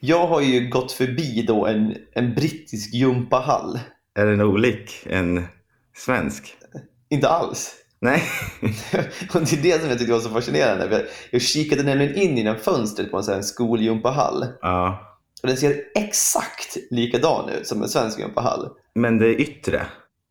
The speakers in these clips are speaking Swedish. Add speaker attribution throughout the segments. Speaker 1: Jag har ju gått förbi då en, en brittisk gympahall.
Speaker 2: Är den olik en svensk?
Speaker 1: Inte alls.
Speaker 2: Nej.
Speaker 1: Och det är det som jag tyckte var så fascinerande. För jag- jag kikade nämligen in genom fönstret på en sån här skolgympahall.
Speaker 2: Ja.
Speaker 1: Och den ser exakt likadan ut som en svensk gympahall.
Speaker 2: Men det yttre,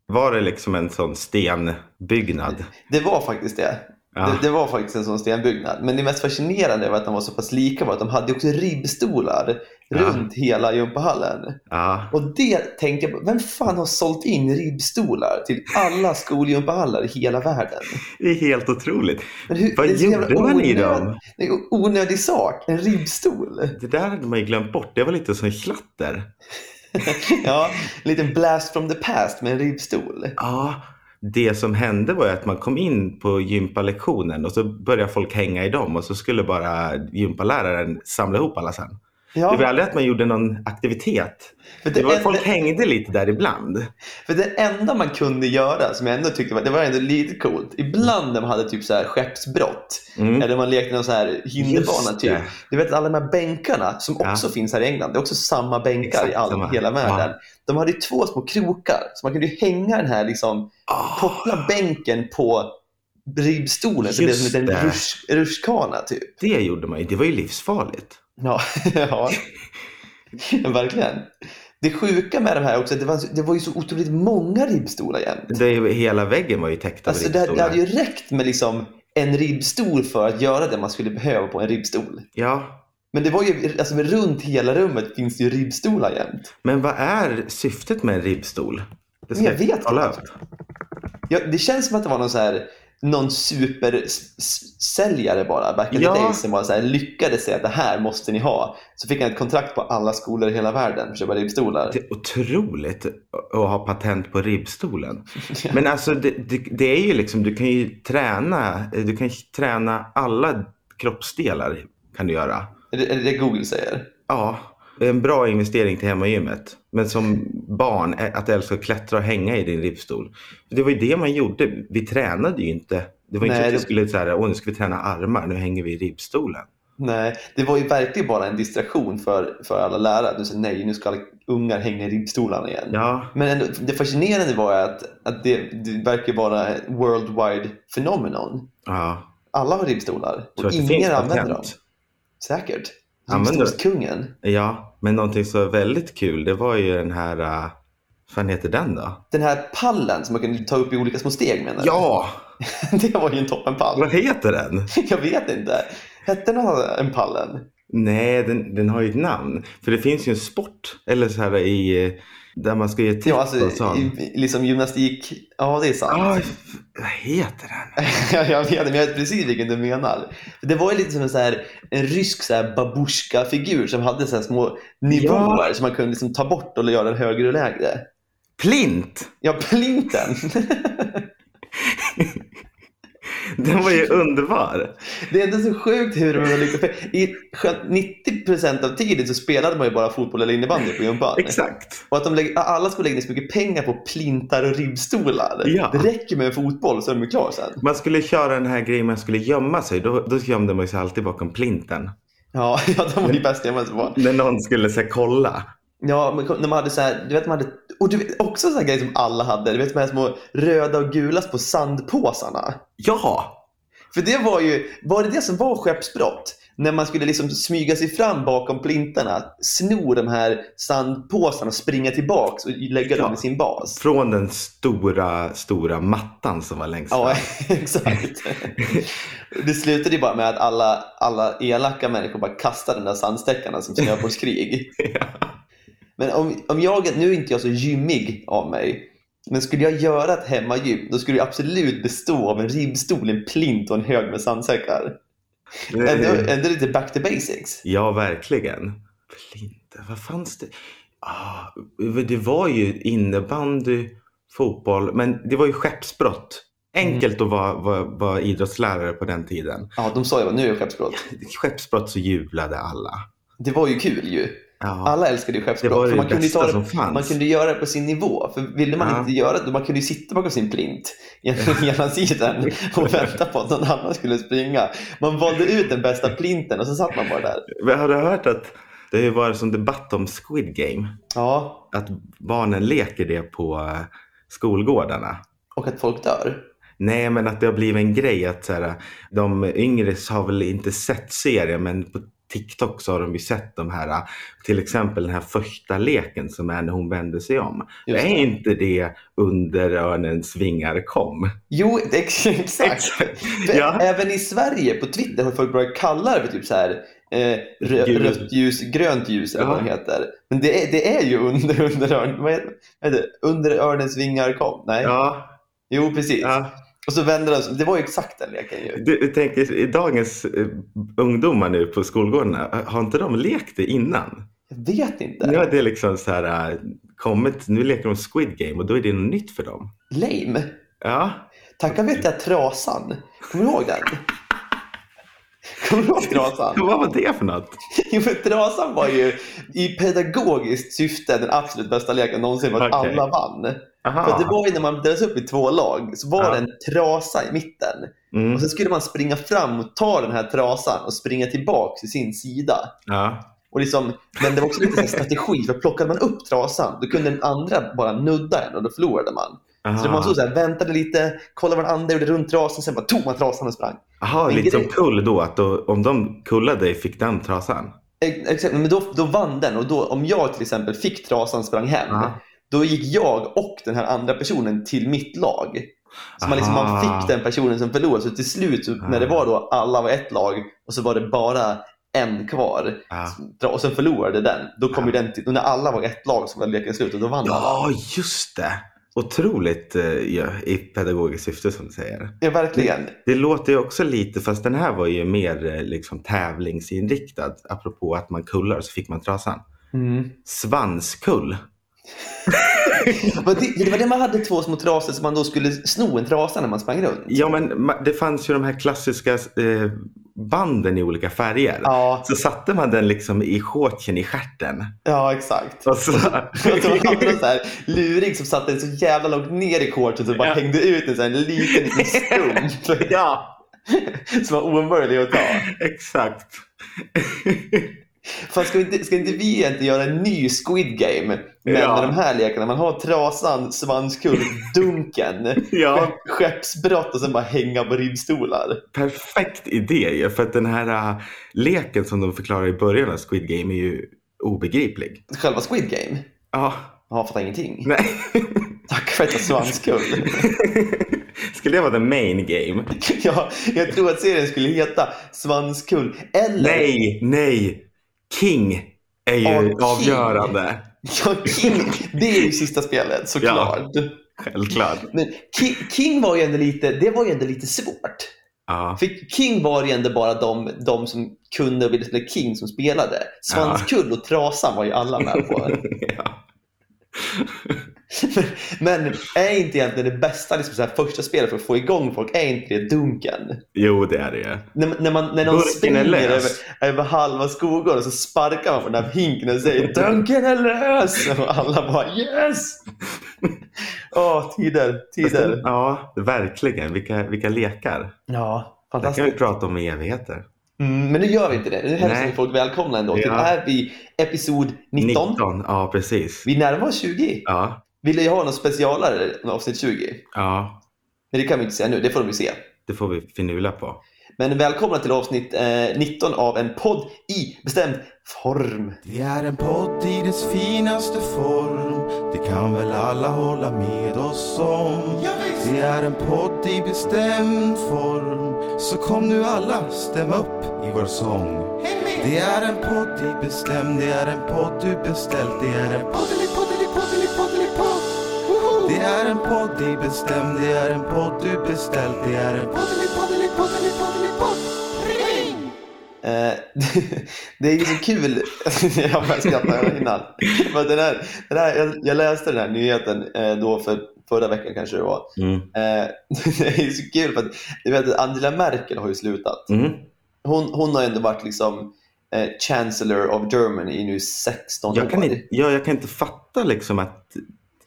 Speaker 2: var det liksom en sån stenbyggnad?
Speaker 1: Det var faktiskt det.
Speaker 2: Ja.
Speaker 1: Det, det var faktiskt en sån stenbyggnad. Men det mest fascinerande var att de var så pass lika var att de hade ju också ribbstolar
Speaker 2: Ja.
Speaker 1: runt hela gympahallen.
Speaker 2: Ja.
Speaker 1: Och det tänkte jag på, vem fan har sålt in ribbstolar till alla skolgympahallar i hela världen?
Speaker 2: Det är helt otroligt.
Speaker 1: Men hur,
Speaker 2: Vad
Speaker 1: det är så jävla
Speaker 2: gjorde man i
Speaker 1: onöd-
Speaker 2: dem?
Speaker 1: Det är en onödig sak, en ribbstol.
Speaker 2: Det där hade man ju glömt bort. Det var lite som klatter.
Speaker 1: ja, en liten blast from the past med en ribbstol.
Speaker 2: Ja, det som hände var ju att man kom in på gympalektionen och så började folk hänga i dem och så skulle bara gympaläraren samla ihop alla sen. Det var
Speaker 1: Ja,
Speaker 2: aldrig att man gjorde någon aktivitet.
Speaker 1: för det,
Speaker 2: Det var,
Speaker 1: en-
Speaker 2: folk hängde lite där ibland.
Speaker 1: För det enda man kunde göra som jag ändå tyckte var, det var ändå lite coolt. Ibland när man hade typ så här skeppsbrott
Speaker 2: Mm.
Speaker 1: eller man lekte någon så här hinderbana
Speaker 2: Just det.
Speaker 1: typ. Du vet alla de här bänkarna som
Speaker 2: Ja.
Speaker 1: också finns här i England. Det är också samma bänkar
Speaker 2: Exakt
Speaker 1: i all,
Speaker 2: samma.
Speaker 1: hela världen. De hade ju två små krokar så man kunde ju hänga den här liksom,
Speaker 2: Ah,
Speaker 1: koppla bänken på ribbstolen så det blev
Speaker 2: Just
Speaker 1: som en liten
Speaker 2: det.
Speaker 1: rush- rutschkana typ.
Speaker 2: det gjorde man ju. Det var ju livsfarligt.
Speaker 1: Ja, ja. verkligen. Det sjuka med de här också, det var, det var ju så otroligt många ribbstolar jämt.
Speaker 2: Det, hela väggen var ju täckt av
Speaker 1: Alltså det, det
Speaker 2: ribbstolar.
Speaker 1: hade ju räckt med liksom en ribbstol för att göra det man skulle behöva på en ribbstol.
Speaker 2: Ja,
Speaker 1: Men det var ju, alltså runt hela rummet finns det ju ribbstolar jämt.
Speaker 2: men vad är syftet med en ribbstol? Det
Speaker 1: Men jag vet
Speaker 2: kolla
Speaker 1: inte.
Speaker 2: upp.
Speaker 1: Ja, det känns som att det var någon så här någon supersäljare bara back in
Speaker 2: Ja.
Speaker 1: the days som bara så här lyckades säga att det här måste ni ha. Så fick han ett kontrakt på alla skolor i hela världen för att köpa ribbstolar.
Speaker 2: Det är otroligt att ha patent på ribbstolen. Men alltså det, det, det är ju liksom, du kan ju träna, du kan ju träna alla kroppsdelar kan du göra.
Speaker 1: Är det, är det det Google säger?
Speaker 2: Ja, en bra investering till hemmagymmet. Men som barn, ä- att älska att klättra och hänga i din ribbstol. Det var ju det man gjorde, vi tränade ju inte. Det var inte
Speaker 1: Nej,
Speaker 2: så att
Speaker 1: det-
Speaker 2: vi skulle så här, åh nu ska vi träna armar, nu hänger vi i ribbstolen.
Speaker 1: Nej, det var ju verkligen bara en distraktion för, för alla lärare. Du sa nej, nu ska alla ungar hänga i ribbstolarna igen.
Speaker 2: Ja,
Speaker 1: Men ändå, det fascinerande var ju att, att det, det verkar vara ett worldwide phenomenon.
Speaker 2: ja.
Speaker 1: Alla har ribbstolar
Speaker 2: Tror
Speaker 1: och
Speaker 2: att det finns
Speaker 1: ingen använder
Speaker 2: patent.
Speaker 1: dem. Säkert.
Speaker 2: Använder du?
Speaker 1: Ribbstolskungen.
Speaker 2: Ja, men någonting som var väldigt kul, det var ju den här, äh, vad fan heter den då?
Speaker 1: Den här pallen som man kunde ta upp i olika små steg menar du?
Speaker 2: Ja,
Speaker 1: Det var ju en toppenpall.
Speaker 2: vad heter den?
Speaker 1: Jag vet inte. Hette den här en pallen?
Speaker 2: Nej, den, den har ju ett namn. För det finns ju en sport, eller så här i, eh, där man ska ge tips
Speaker 1: Ja,
Speaker 2: och
Speaker 1: alltså,
Speaker 2: sånt.
Speaker 1: i, i- liksom gymnastik. Ja, det är sant.
Speaker 2: Aj, f- vad heter den?
Speaker 1: Ja, jag vet, men jag vet precis vilken du menar. För det var ju lite som en, så här, en rysk så här babushka-figur som hade så här små nivåer som man kunde liksom ta bort och göra den högre och lägre.
Speaker 2: Plint!
Speaker 1: Ja, plinten.
Speaker 2: Den var ju underbar.
Speaker 1: det är ändå så sjukt hur man lyckas. För i sjö- 90 av tiden så spelade man ju bara fotboll eller innebandy på gympan.
Speaker 2: Exakt.
Speaker 1: Och att de lägger, alla skulle lägga ner så mycket pengar på plintar och ribbstolar.
Speaker 2: Ja.
Speaker 1: Det räcker med en fotboll så är de ju klara sen.
Speaker 2: Man skulle köra den här grejen, man skulle gömma sig. Då, då gömde man sig alltid bakom plinten.
Speaker 1: Ja, ja de var ju bäst jag på.
Speaker 2: När någon skulle så här, kolla.
Speaker 1: Ja, men kom- när man hade så här, du vet man hade, och du vet också så här grejer som alla hade, du vet de här små röda och gula på sandpåsarna.
Speaker 2: Ja!
Speaker 1: För det var ju, var det det som var skeppsbrott? När man skulle liksom smyga sig fram bakom plintarna, sno de här sandpåsarna, springa tillbaks och lägga dem
Speaker 2: Ja.
Speaker 1: i sin bas.
Speaker 2: Från den stora, stora mattan som var längst
Speaker 1: Ja,
Speaker 2: fram.
Speaker 1: exakt. Det slutade ju bara med att alla, alla elaka människor bara kastade de där sandstäckarna som snöbollskrig. Men om, om jag, nu är inte jag så gymmig av mig, men skulle jag göra ett hemmagym, då skulle det absolut bestå av en ribbstol, en plint och en hög med sandsäckar. Ändå, ändå lite back to basics.
Speaker 2: Ja, verkligen. Flinte, vad fanns det? Ah, det var ju innebandy, fotboll, men det var ju skeppsbrott. Enkelt att vara, vara, vara idrottslärare på den tiden.
Speaker 1: Ja, de sa ju nu är det skeppsbrott.
Speaker 2: Skeppsbrott så jublade alla.
Speaker 1: Det var ju kul ju.
Speaker 2: Ja,
Speaker 1: Alla älskade ju
Speaker 2: Det
Speaker 1: skeppsbrott.
Speaker 2: var ju
Speaker 1: För man,
Speaker 2: det
Speaker 1: kunde ju ta
Speaker 2: bästa
Speaker 1: det,
Speaker 2: som fanns.
Speaker 1: man kunde göra det på sin nivå. För ville man
Speaker 2: Ja.
Speaker 1: inte göra det, man kunde ju sitta bakom sin plint i ena sidan och vänta på att någon annan skulle springa. Man valde ut den bästa plinten och så satt man bara där.
Speaker 2: Men har du hört att Det har ju varit som debatt om Squid Game.
Speaker 1: Ja,
Speaker 2: Att barnen leker det på eh, skolgårdarna.
Speaker 1: och att folk dör.
Speaker 2: Nej, men att det har blivit en grej att så här, de yngre har väl inte sett serien, men på TikTok så har de ju sett de här, eh, till exempel den här första leken som är när hon vänder sig om.
Speaker 1: Just
Speaker 2: är
Speaker 1: det.
Speaker 2: inte det under örnens vingar kom?
Speaker 1: Jo, det- exakt. För
Speaker 2: Ja.
Speaker 1: Även i Sverige på Twitter har folk börjat kalla det för typ så här, eh, rö-
Speaker 2: Gul.
Speaker 1: rött ljus, grönt ljus eller
Speaker 2: Ja.
Speaker 1: vad det heter. Men det är, det är ju under, under, örn, vad heter, vad heter det? under örnens vingar kom. Nej.
Speaker 2: Ja,
Speaker 1: Jo, precis.
Speaker 2: ja.
Speaker 1: Och så vänder de sig. Det var ju exakt den leken ju.
Speaker 2: Du, du tänker i dagens eh, ungdomar nu på skolgårdarna, har inte de lekt det innan?
Speaker 1: Jag vet inte.
Speaker 2: Nu har det liksom så här eh, kommit, nu leker de Squid Game och då är det något nytt för dem.
Speaker 1: Lame.
Speaker 2: Ja,
Speaker 1: Tacka vet jag trasan. Kommer du ihåg den? Kommer du ihåg trasan?
Speaker 2: vad var det för något?
Speaker 1: Jo, för trasan var ju i pedagogiskt syfte den absolut bästa leken någonsin. Var att
Speaker 2: Okej. Ah.
Speaker 1: alla vann. För
Speaker 2: Aha.
Speaker 1: att det var ju när man delades upp i två lag så var
Speaker 2: Ja.
Speaker 1: det en trasa i mitten.
Speaker 2: Ah. Mm.
Speaker 1: Och sen skulle man springa fram och ta den här trasan och springa tillbaka till sin sida.
Speaker 2: Ja.
Speaker 1: Och liksom, men det var också lite så här strategi, för plockade man upp trasan då kunde den andra bara nudda en och då förlorade man. Så det var
Speaker 2: Ah.
Speaker 1: så här, väntade lite, kollade vad den andra gjorde runt trasan, sen bara tog man trasan och sprang.
Speaker 2: Aha,
Speaker 1: Men
Speaker 2: lite som
Speaker 1: grej-
Speaker 2: pull då, att då, om de kullade dig fick den trasan?
Speaker 1: Ex- Eh, Exakt, men då, då vann den och då, om jag till exempel fick trasan och sprang hem,
Speaker 2: Ja.
Speaker 1: då gick jag och den här andra personen till mitt lag. Så man, liksom, man
Speaker 2: Aha.
Speaker 1: fick den personen som förlorade. Så till slut, så,
Speaker 2: Ah.
Speaker 1: när det var då alla var ett lag och så var det bara en kvar
Speaker 2: Ja.
Speaker 1: och sen förlorade den. Då kom
Speaker 2: Ah.
Speaker 1: ju den till, och när alla var ett lag så var leken slut och då vann alla.
Speaker 2: ja, just det. Otroligt eh, ja, i pedagogiskt syfte som du säger.
Speaker 1: Ja, verkligen.
Speaker 2: Det låter ju också lite, fast den här var ju mer eh, liksom, tävlingsinriktad. Apropå att man kullar så fick man trasan.
Speaker 1: Mm.
Speaker 2: Svanskull.
Speaker 1: Men Det, det var det man hade två små trasor som man då skulle sno en trasa när man sprang runt.
Speaker 2: Ja, men ma- det fanns ju de här klassiska eh, banden i olika färger.
Speaker 1: Ja,
Speaker 2: Så satte man den liksom i shortsen i stjärten.
Speaker 1: ja exakt.
Speaker 2: Och så...
Speaker 1: Och så hade man en så här luring som satte en så jävla långt ner i shortsen så det bara
Speaker 2: Ja.
Speaker 1: hängde ut en sån här liten, liten stump
Speaker 2: ja.
Speaker 1: som var omöjlig att ta.
Speaker 2: Exakt.
Speaker 1: Fan, ska, inte, ska inte vi egentligen göra en ny Squid Game? Men
Speaker 2: Ja.
Speaker 1: med de här lekarna. Man har trasan, svanskull, dunken,
Speaker 2: ja,
Speaker 1: skeppsbrott och sen bara hänga på riddstolar.
Speaker 2: perfekt idé ju. För att den här äh, leken som de förklarar i början av Squid Game är ju obegriplig.
Speaker 1: Själva Squid Game?
Speaker 2: Ja,
Speaker 1: Ja, Jag fattar ingenting.
Speaker 2: nej.
Speaker 1: Tack för att jag svanskull.
Speaker 2: Skulle det vara the main game?
Speaker 1: ja, jag tror att serien skulle heta Svanskull eller
Speaker 2: Nej, nej. King är ju
Speaker 1: Ja, King.
Speaker 2: avgörande.
Speaker 1: Ja, King. Det är ju sista spelet såklart.
Speaker 2: Självklart.
Speaker 1: Men Ki- King var ju ändå lite, det var ju ändå lite svårt.
Speaker 2: Ja.
Speaker 1: För King var ju ändå bara de, de som kunde och ville spela King som spelade. Svanskull och Trasan var ju alla med på.
Speaker 2: ja.
Speaker 1: Men är inte egentligen det bästa liksom, så här, första spelet för att få igång folk, är inte det dunken?
Speaker 2: Jo, det är det ju.
Speaker 1: När, när, man, när någon
Speaker 2: Burken är
Speaker 1: springer över,
Speaker 2: lös.
Speaker 1: över halva skogen och så sparkar man på den här hinken och säger dunken är lös! Och alla bara yes! Åh, tider, tider.
Speaker 2: Ja, verkligen. Vilka, vilka lekar.
Speaker 1: Ja,
Speaker 2: Det kan vi
Speaker 1: fantastiskt.
Speaker 2: prata om i evigheter.
Speaker 1: Mm, men nu gör vi inte det. Nu hälsar
Speaker 2: Nej.
Speaker 1: vi folk välkomna ändå. Till
Speaker 2: Ja.
Speaker 1: är vi episod 19.
Speaker 2: Ja, precis.
Speaker 1: Vi närmar oss 20.
Speaker 2: Ja,
Speaker 1: Vill jag ha något specialare än avsnitt 20?
Speaker 2: ja.
Speaker 1: Men det kan vi inte säga nu, det får vi se.
Speaker 2: Det får vi finula på.
Speaker 1: Men välkomna till avsnitt eh, 19 av en podd i bestämd form.
Speaker 3: Det är en podd i dess finaste form Det kan väl alla hålla med oss om Det är en podd i bestämd form Så kom nu alla, stäm upp i vår sång Det är en podd i bestämd Det är en podd du beställt Det är en poddelipoddelipoddelipoddelipodd Det är en podd i bestämd Det är en podd du beställt Det är en poddelipoddelipoddelipoddelipodd Ring!
Speaker 1: Eh, det är ju så kul. jag har skrattat innan. Men den här, den här, jag, jag läste den här nyheten eh, då för förra veckan kanske det var.
Speaker 2: Mm.
Speaker 1: Eh, det är ju så kul för att du vet, att Angela Merkel har ju slutat.
Speaker 2: Mm.
Speaker 1: Hon, hon har ändå varit liksom eh, Chancellor of Germany i nu 16 år.
Speaker 2: Jag, kan inte, ja, jag kan inte fatta liksom att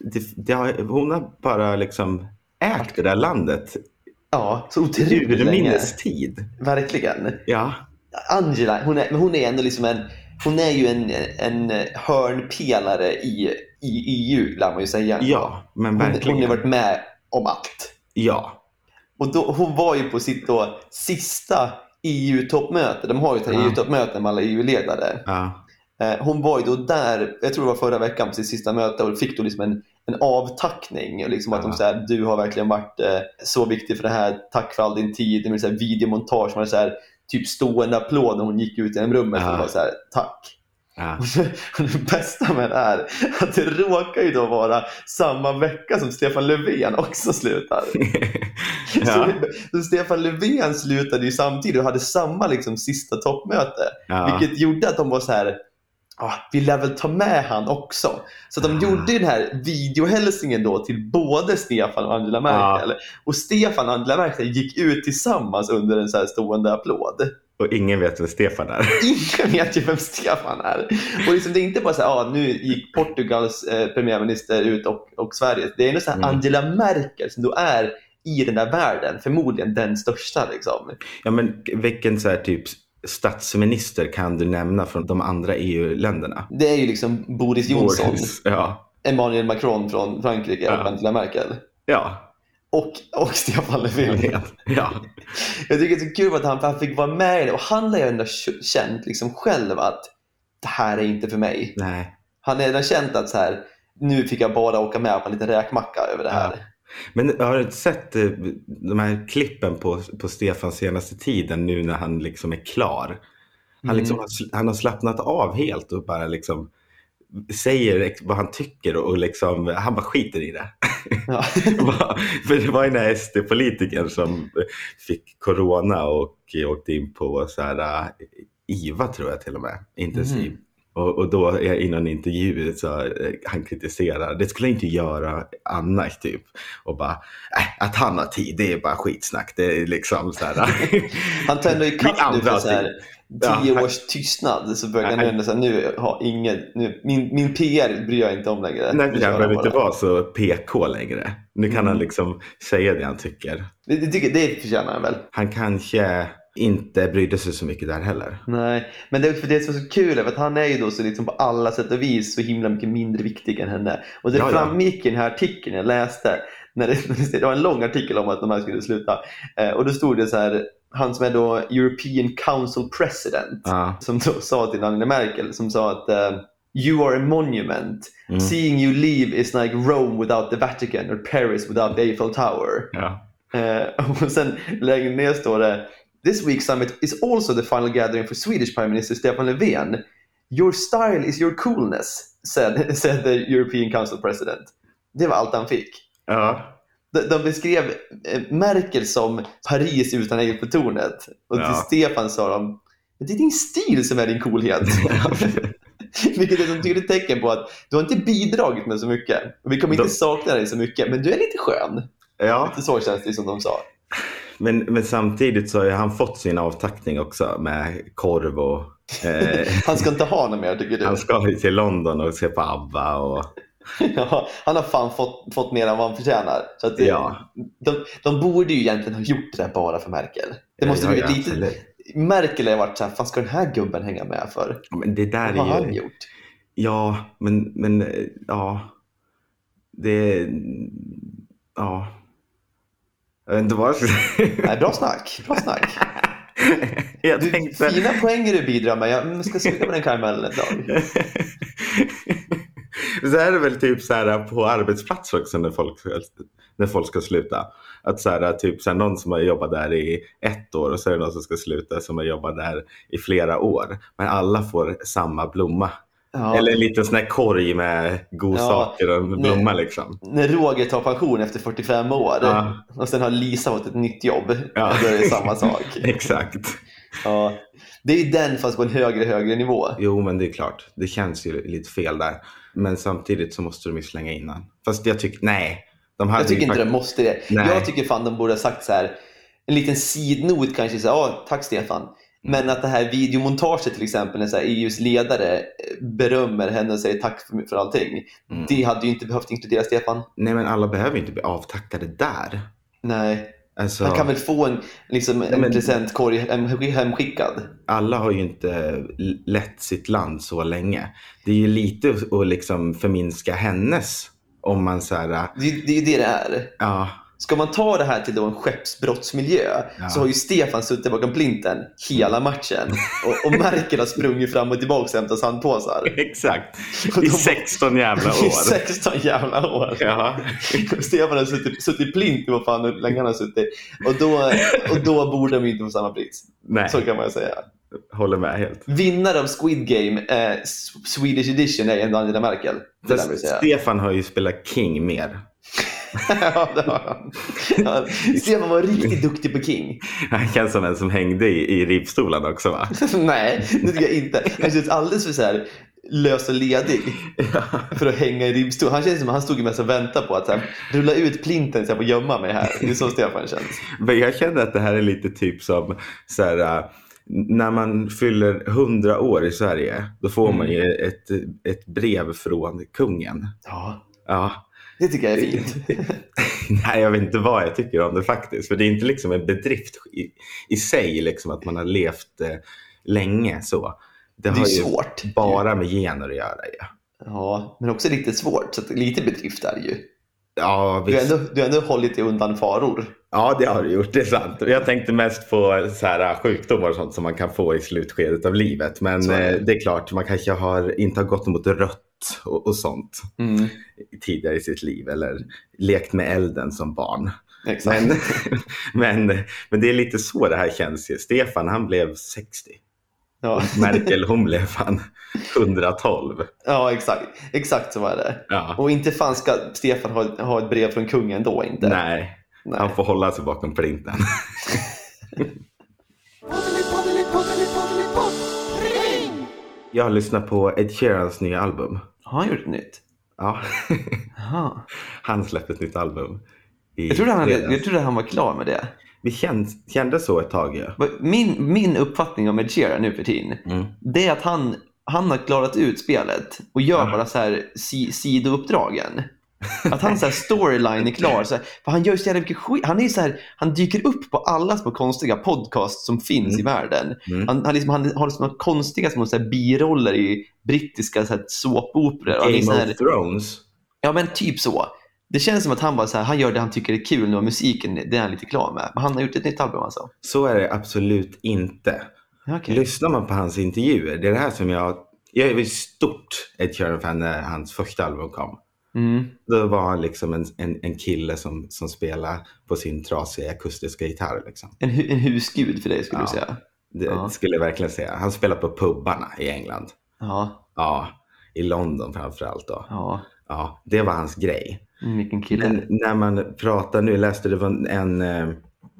Speaker 2: det, det har, hon har bara liksom ägt det där landet
Speaker 1: Ja, så otroligt länge.
Speaker 2: urminnes tid.
Speaker 1: Verkligen.
Speaker 2: Ja.
Speaker 1: Angela, hon är, men hon är ändå liksom en, Hon är ju en, en hörnpelare i, i EU, lär man ju säga.
Speaker 2: Ja, men
Speaker 1: hon,
Speaker 2: verkligen.
Speaker 1: hon har varit med om allt.
Speaker 2: Ja,
Speaker 1: Och då, hon var ju på sitt då sista EU-toppmöte. De har ju ett
Speaker 2: Ja.
Speaker 1: EU-toppmöte med alla EU-ledare.
Speaker 2: ja,
Speaker 1: Eh, Hon var ju då där, jag tror det var förra veckan, på sitt sista möte och fick då liksom en, en avtackning. och Liksom att de
Speaker 2: Ja.
Speaker 1: säger du har verkligen varit eh, så viktig för det här, tack för all din tid. Det var så här videomontage, man hade så här, typ stående applåd när hon gick ut genom rummet.
Speaker 2: Ja.
Speaker 1: Och bara så här, tack.
Speaker 2: ja.
Speaker 1: Och det bästa med det här, att det råkar ju då vara samma vecka som Stefan Löfven också slutar.
Speaker 2: ja,
Speaker 1: Så, så Stefan Löfven slutade ju samtidigt och hade samma liksom, sista toppmöte.
Speaker 2: ja.
Speaker 1: Vilket gjorde att de var så här, ah, vi lär väl ta med han också. Så att de
Speaker 2: Ah.
Speaker 1: gjorde ju den här videohälsningen då till både Stefan och Angela Merkel. Och Stefan och Angela Merkel gick ut tillsammans under en så här stående applåd.
Speaker 2: Och ingen vet vem Stefan är.
Speaker 1: Ingen vet ju vem Stefan är. Och liksom, det är inte bara så här, ah, nu gick Portugals eh, premiärminister ut och, och Sverige. Det är ändå så här
Speaker 2: Mm.
Speaker 1: Angela Merkel som då är i den där världen, förmodligen den största. Liksom.
Speaker 2: Ja, men vilken så här typ statsminister kan du nämna från de andra EU-länderna?
Speaker 1: Det är ju liksom Boris Johnson,
Speaker 2: Boris, Ja,
Speaker 1: Emmanuel Macron från Frankrike
Speaker 2: Ja.
Speaker 1: och Angela Merkel.
Speaker 2: ja.
Speaker 1: Och, och Stefan
Speaker 2: jag
Speaker 1: Löfven.
Speaker 2: vet. ja.
Speaker 1: Jag tycker det är så kul att han, han fick vara med i det. Och han har ju ändå k- känt liksom själv att det här är inte för mig.
Speaker 2: Nej.
Speaker 1: Han har ändå känt att så här, nu fick jag bara åka med på en liten räkmacka över det här.
Speaker 2: Ja. Men har du sett eh, de här klippen på, på Stefan senaste tiden nu när han liksom är klar? Han, liksom, har sl- han har slappnat av helt och bara liksom säger ex- vad han tycker och, och liksom, han bara skiter i det.
Speaker 1: Ja.
Speaker 2: Bara- För det var ju den här SD-politikern som fick corona och åkte in på så här, eh, IVA tror jag till och med, intensiv.
Speaker 1: Mhm.
Speaker 2: Och, och då är- i någon intervju så eh, han kritiserar, det skulle jag inte göra annars typ. Och bara, äh, att han har tid, det är bara skitsnack. Det är liksom så här.
Speaker 1: Han tar ändå ikapp
Speaker 2: Mitt
Speaker 1: nu
Speaker 2: andra
Speaker 1: för så här,
Speaker 2: Ja,
Speaker 1: tio
Speaker 2: han-
Speaker 1: års tystnad. Så börjar han
Speaker 2: Nej.
Speaker 1: ändå så här, nu har inget, nu, min, min PR bryr jag inte om längre.
Speaker 2: Nej,
Speaker 1: Nu
Speaker 2: han
Speaker 1: kör jag
Speaker 2: behöver
Speaker 1: bara.
Speaker 2: inte vara så PK längre. Nu kan
Speaker 1: Mm.
Speaker 2: han liksom säga det han tycker.
Speaker 1: det, det, tycker- det förtjänar han väl.
Speaker 2: Han kanske inte brydde sig så mycket där heller.
Speaker 1: Nej, men det, är- för det som är så kul är för att han är ju då så liksom på alla sätt och vis så himla mycket mindre viktig än henne. Och det
Speaker 2: Ja, ja.
Speaker 1: framgick i den här artikeln jag läste. När det, när det stod- det var en lång artikel om att de här skulle sluta. Eh, och då stod det så här, han som är då European Council President,
Speaker 2: Ja.
Speaker 1: som då sa till Angela Merkel, som sa att eh, You are a monument.
Speaker 2: Mm.
Speaker 1: Seeing you leave is like Rome without the Vatican or Paris without the Eiffel Tower.
Speaker 2: Ja.
Speaker 1: Eh, och sen längre ner står det This week's summit is also the final gathering for Swedish Prime Minister Stefan Löfven. Your style is your coolness, said, said the European Council President. Det var allt han fick.
Speaker 2: ja.
Speaker 1: De, de beskrev eh, Merkel som Paris utan ägg på tornet. Och till
Speaker 2: Ja.
Speaker 1: Stefan sa de det är din stil som är din coolhet. Vilket är ett tydligt tecken på att du har inte bidragit med så mycket. Och vi kommer inte
Speaker 2: De-
Speaker 1: sakna dig så mycket, men du är lite skön.
Speaker 2: ja.
Speaker 1: Lite så känns det som de sa.
Speaker 2: Men, men samtidigt så har ju han fått sin avtackning också med korv och eh,
Speaker 1: Han ska inte ha något mer tycker du?
Speaker 2: han ska ju till London och se på ABBA och
Speaker 1: Ja, han har fan fått, fått mer än vad han förtjänar. Så att det,
Speaker 2: ja.
Speaker 1: de, de borde ju egentligen ha gjort det där bara för Merkel. Det måste
Speaker 2: ja,
Speaker 1: bli
Speaker 2: ja,
Speaker 1: lite...
Speaker 2: absolut.
Speaker 1: Merkel har ju varit så här, fan ska den här gubben hänga med för?
Speaker 2: Men det där
Speaker 1: Vad har
Speaker 2: är
Speaker 1: han
Speaker 2: ju,
Speaker 1: gjort?
Speaker 2: ja, men, men eh, ja, det, ja. Jag vet inte vad jag ska säga.
Speaker 1: Nej, bra snack. Bra snack.
Speaker 2: Jag
Speaker 1: Du,
Speaker 2: tänkte,
Speaker 1: Fina poänger du bidrar med. Jag mm, ska suga på den karamellen ett tag.
Speaker 2: så här är det väl typ så här på arbetsplatser också när folk, när folk ska sluta. Att så här, typ så här, någon som har jobbat där i ett år och så är det någon som ska sluta som har jobbat där i flera år. Men alla får samma blomma.
Speaker 1: Ja.
Speaker 2: Eller en liten sån här korg med godsaker och en blomma liksom.
Speaker 1: När Roger tar pension efter 45 år
Speaker 2: Ja.
Speaker 1: och sen har Lisa fått ett nytt jobb,
Speaker 2: Ja.
Speaker 1: då är det samma sak.
Speaker 2: Exakt.
Speaker 1: Ja. Det är ju den fast på en högre, högre nivå.
Speaker 2: Jo, men det är klart. Det känns ju lite fel där. Men samtidigt så måste de ju slänga innan. Fast jag tycker, nej. De hade
Speaker 1: Jag tycker
Speaker 2: ju
Speaker 1: inte
Speaker 2: fakt-
Speaker 1: de måste det.
Speaker 2: Nej.
Speaker 1: Jag tycker fan de borde ha sagt så här, en liten sidnot kanske, så här, "Ja, tack Stefan.
Speaker 2: Mm.
Speaker 1: Men att det här videomontaget till exempel, när så här EUs ledare eh, berömmer henne och säger tack för, för allting.
Speaker 2: Mm.
Speaker 1: Det hade ju inte behövt inkludera Stefan.
Speaker 2: Nej, men alla behöver ju inte bli avtackade där.
Speaker 1: Nej.
Speaker 2: Alltså,
Speaker 1: Han kan väl få en, liksom, en
Speaker 2: men-
Speaker 1: presentkorg hem- hemskickad?
Speaker 2: Alla har ju inte lett sitt land så länge. Det är ju lite att liksom förminska hennes om man så här,
Speaker 1: Det, är- det är ju det det är.
Speaker 2: ja,
Speaker 1: Ska man ta det här till då en skeppsbrottsmiljö
Speaker 2: Ja. Mm.
Speaker 1: så har ju Stefan suttit bakom plinten hela matchen och, och Merkel har sprungit fram och tillbaka och hämtat sandpåsar.
Speaker 2: exakt.
Speaker 1: Och
Speaker 2: I
Speaker 1: de-
Speaker 2: 16 jävla
Speaker 1: I
Speaker 2: år.
Speaker 1: 16 jävla år.
Speaker 2: Ja.
Speaker 1: Stefan har suttit, suttit plint vad fan hur länge han har suttit. Och då, och då borde de ju inte få samma pris.
Speaker 2: Nej,
Speaker 1: Så kan man ju säga.
Speaker 2: håller med helt.
Speaker 1: Vinnare av Squid Game, eh, S- Swedish Edition, är ändå Angela Merkel. Det där vill jag säga.
Speaker 2: Stefan har ju spelat King mer.
Speaker 1: ja, det var han. Ja. Stefan var riktigt duktig på King.
Speaker 2: Han känns som en som hängde i, i rivstolen också va?
Speaker 1: Nej, det tycker jag inte. Han känns alldeles för så här lös och ledig för att hänga i ribbstol. Han känns som att han stod mest och väntade på att så här, rulla ut plinten så jag får gömma mig här. Det är så Stefan känns.
Speaker 2: Men jag känner att det här är lite typ som så här, äh, när man fyller 100 år i Sverige, då får
Speaker 1: Mm.
Speaker 2: man ju ett, ett brev från kungen.
Speaker 1: Ja,
Speaker 2: Ja.
Speaker 1: det tycker jag är fint.
Speaker 2: Nej, jag vet inte vad jag tycker om det faktiskt. För det är inte liksom en bedrift i, i sig, liksom, att man har levt eh, länge så. Det,
Speaker 1: Det är
Speaker 2: har ju
Speaker 1: svårt.
Speaker 2: bara med gener att göra. Ja,
Speaker 1: Ja, men också lite svårt. Så att lite bedrift är det ju.
Speaker 2: ja
Speaker 1: Du har
Speaker 2: visst.
Speaker 1: ändå, du har ändå hållit dig undan faror.
Speaker 2: Ja, det har du gjort. Det är sant. Jag tänkte mest på så här, eh, sjukdomar och sånt som man kan få i slutskedet av livet. Men
Speaker 1: Så är det.
Speaker 2: eh, det är klart, man kanske har, inte har gått mot rött och, och sånt tidigare i sitt liv eller lekt med elden som barn.
Speaker 1: Exakt.
Speaker 2: Men, men, men det är lite så det här känns. ju. Stefan, han blev 60.
Speaker 1: Ja.
Speaker 2: Merkel, hon blev fan 112.
Speaker 1: ja, exakt. Exakt så var det.
Speaker 2: Ja.
Speaker 1: Och inte fan ska Stefan ha, ha ett brev från kungen då inte.
Speaker 2: Nej,
Speaker 1: Nej.
Speaker 2: han får hålla sig bakom plinten. Jag har lyssnat på Ed Sheerans nya album.
Speaker 1: Har han gjort ett nytt?
Speaker 2: Ja.
Speaker 1: Jaha.
Speaker 2: Han släppte ett nytt album. i
Speaker 1: Jag trodde, han hade,
Speaker 2: fredags.
Speaker 1: jag trodde han var klar med det.
Speaker 2: Vi kände, kände så ett tag. Ja.
Speaker 1: Va- Min, min uppfattning om Ed Sheeran nu för tiden,
Speaker 2: Mm.
Speaker 1: det är att han, han har klarat ut spelet och gör
Speaker 2: Ja.
Speaker 1: bara så här si, sidouppdragen. Att hans så här storyline är klar. Så här, för han gör ju så jävla mycket skit. Han, är ju så här, han dyker upp på alla små konstiga podcasts som finns
Speaker 2: Mm.
Speaker 1: i världen.
Speaker 2: Mm.
Speaker 1: Han, han, liksom, han har liksom konstiga små så här, biroller i brittiska så här, såpoperor. Han är så
Speaker 2: Game
Speaker 1: här,
Speaker 2: of Thrones.
Speaker 1: ja, men typ så. Det känns som att han bara så här, han gör det han tycker är kul nu och musiken det är han lite klar med. Men han har gjort ett nytt album alltså.
Speaker 2: Så är det absolut inte.
Speaker 1: Okej.
Speaker 2: Lyssnar man på hans intervjuer, det är det här som jag... Jag är ju stort Ed Sheeran-fan när hans första album kom.
Speaker 1: Mm.
Speaker 2: Då var han liksom en, en, en kille som, som spelade på sin trasiga akustiska gitarr. Liksom.
Speaker 1: En, hu- en husgud för dig skulle
Speaker 2: Ja.
Speaker 1: du säga.
Speaker 2: Det
Speaker 1: Ja.
Speaker 2: skulle jag verkligen säga. Han spelade på pubbarna i England.
Speaker 1: Ja,
Speaker 2: Ja, i London framförallt då.
Speaker 1: ja.
Speaker 2: Ja, det var hans grej.
Speaker 1: Mm, Vilken kille.
Speaker 2: Men när man pratar nu, jag läste det var en, eh,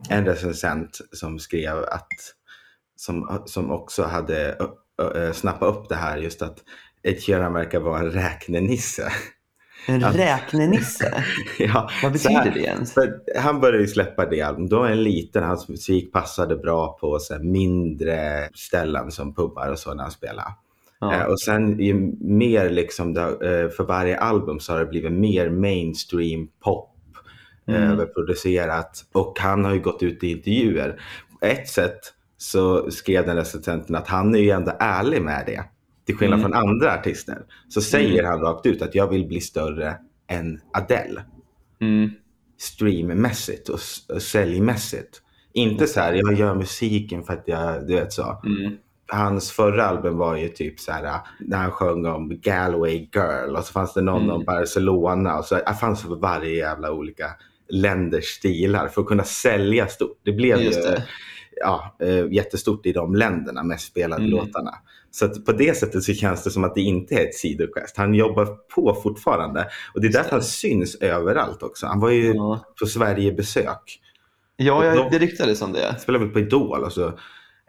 Speaker 2: en recensent som skrev att, som, som också hade ö, ö, ö, snappat upp det här, just att Ed Sheeran verkar vara en räknenisse.
Speaker 1: En
Speaker 2: att-
Speaker 1: räknenisse?
Speaker 2: ja,
Speaker 1: Vad
Speaker 2: så här-
Speaker 1: betyder det ens?
Speaker 2: För han började ju släppa det album. Då var en liten, hans musik passade bra på så här mindre ställen som pubbar och så när han spelade. Eh,
Speaker 1: Ja.
Speaker 2: och sen ju mer liksom, det, har- eh, för varje album så har det blivit mer mainstream pop, eh,
Speaker 1: Mm.
Speaker 2: överproducerat. Och han har ju gått ut i intervjuer. På ett sätt så skrev den recensenten att han är ju ändå ärlig med det. Till skillnad
Speaker 1: Mm.
Speaker 2: från andra artister. Så säger han rakt ut att jag vill bli större än Adele
Speaker 1: Mm.
Speaker 2: streammässigt och, s- och säljmässigt. Inte så här, jag gör musiken för att jag, du vet så.
Speaker 1: Mm.
Speaker 2: Hans förra album var ju typ så här, när han sjöng om Galway Girl och så fanns det någon
Speaker 1: Mm.
Speaker 2: om Barcelona. Och så, det fanns för varje jävla olika länders stilar för att kunna sälja stort. Det blev
Speaker 1: Just
Speaker 2: ju
Speaker 1: det.
Speaker 2: ja, eh, jättestort i de länderna, mest spelade
Speaker 1: Mm.
Speaker 2: låtarna. Så att på det sättet så känns det som att det inte är ett sidoquest. Han jobbar på fortfarande och det är därför han syns överallt också. Han var ju
Speaker 1: Ja,
Speaker 2: på Sverigebesök.
Speaker 1: ja jag,
Speaker 2: De-
Speaker 1: det ryktades om det.
Speaker 2: Spelade väl på Idol och så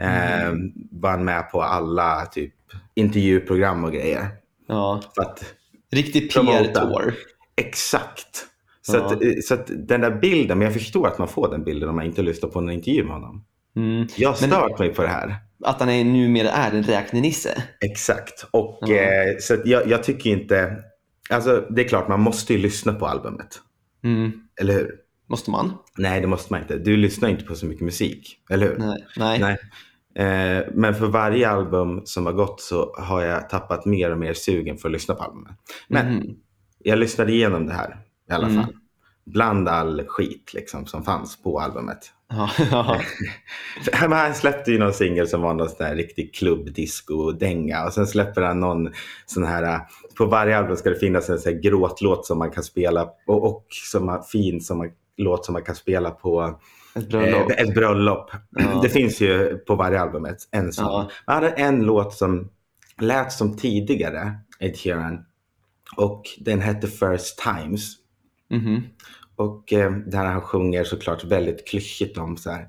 Speaker 2: eh,
Speaker 1: Mm.
Speaker 2: var han med på alla typ intervjuprogram och grejer.
Speaker 1: Ja.
Speaker 2: För att,
Speaker 1: Riktig
Speaker 2: Promota.
Speaker 1: PR-tour.
Speaker 2: exakt. Så,
Speaker 1: Ja.
Speaker 2: att, eh, så att den där bilden, men jag förstår att man får den bilden om man inte lyssnar på någon intervju med honom.
Speaker 1: Mm.
Speaker 2: Jag har
Speaker 1: Men-
Speaker 2: stört mig på det här.
Speaker 1: Att han är, numera är en räknenisse.
Speaker 2: Exakt. Och
Speaker 1: Ja.
Speaker 2: eh, så att jag, jag tycker inte... Alltså det är klart, man måste ju lyssna på albumet.
Speaker 1: Mm.
Speaker 2: Eller hur?
Speaker 1: Måste man?
Speaker 2: Nej, det måste man inte. Du lyssnar inte på så mycket musik, eller hur?
Speaker 1: Nej. Nej.
Speaker 2: Nej. Eh, men för varje album som har gått så har jag tappat mer och mer sugen för att lyssna på albumen. Men jag lyssnade igenom det här i alla
Speaker 1: Mhm. Mm.
Speaker 2: fall. Bland all skit liksom, som fanns på albumet.
Speaker 1: Ja, ja.
Speaker 2: För Han han släppte ju någon singel som var någon sån här riktig klubbdisco-dänga. Och sen släpper han någon sån här... äh, På varje album ska det finnas en sån här gråtlåt som man kan spela. Och, och som man, fin som man, låt som man kan spela på
Speaker 1: Ett
Speaker 2: eh,
Speaker 1: bröllop.
Speaker 2: ett bröllop.
Speaker 1: Ja.
Speaker 2: Det finns ju på varje album ett, en sån.
Speaker 1: Ja.
Speaker 2: Han hade en låt som lät som tidigare, Ed Sheeran. Och den hette First Times.
Speaker 1: Mhm.
Speaker 2: Och eh, där han sjunger såklart väldigt klyschigt om så här.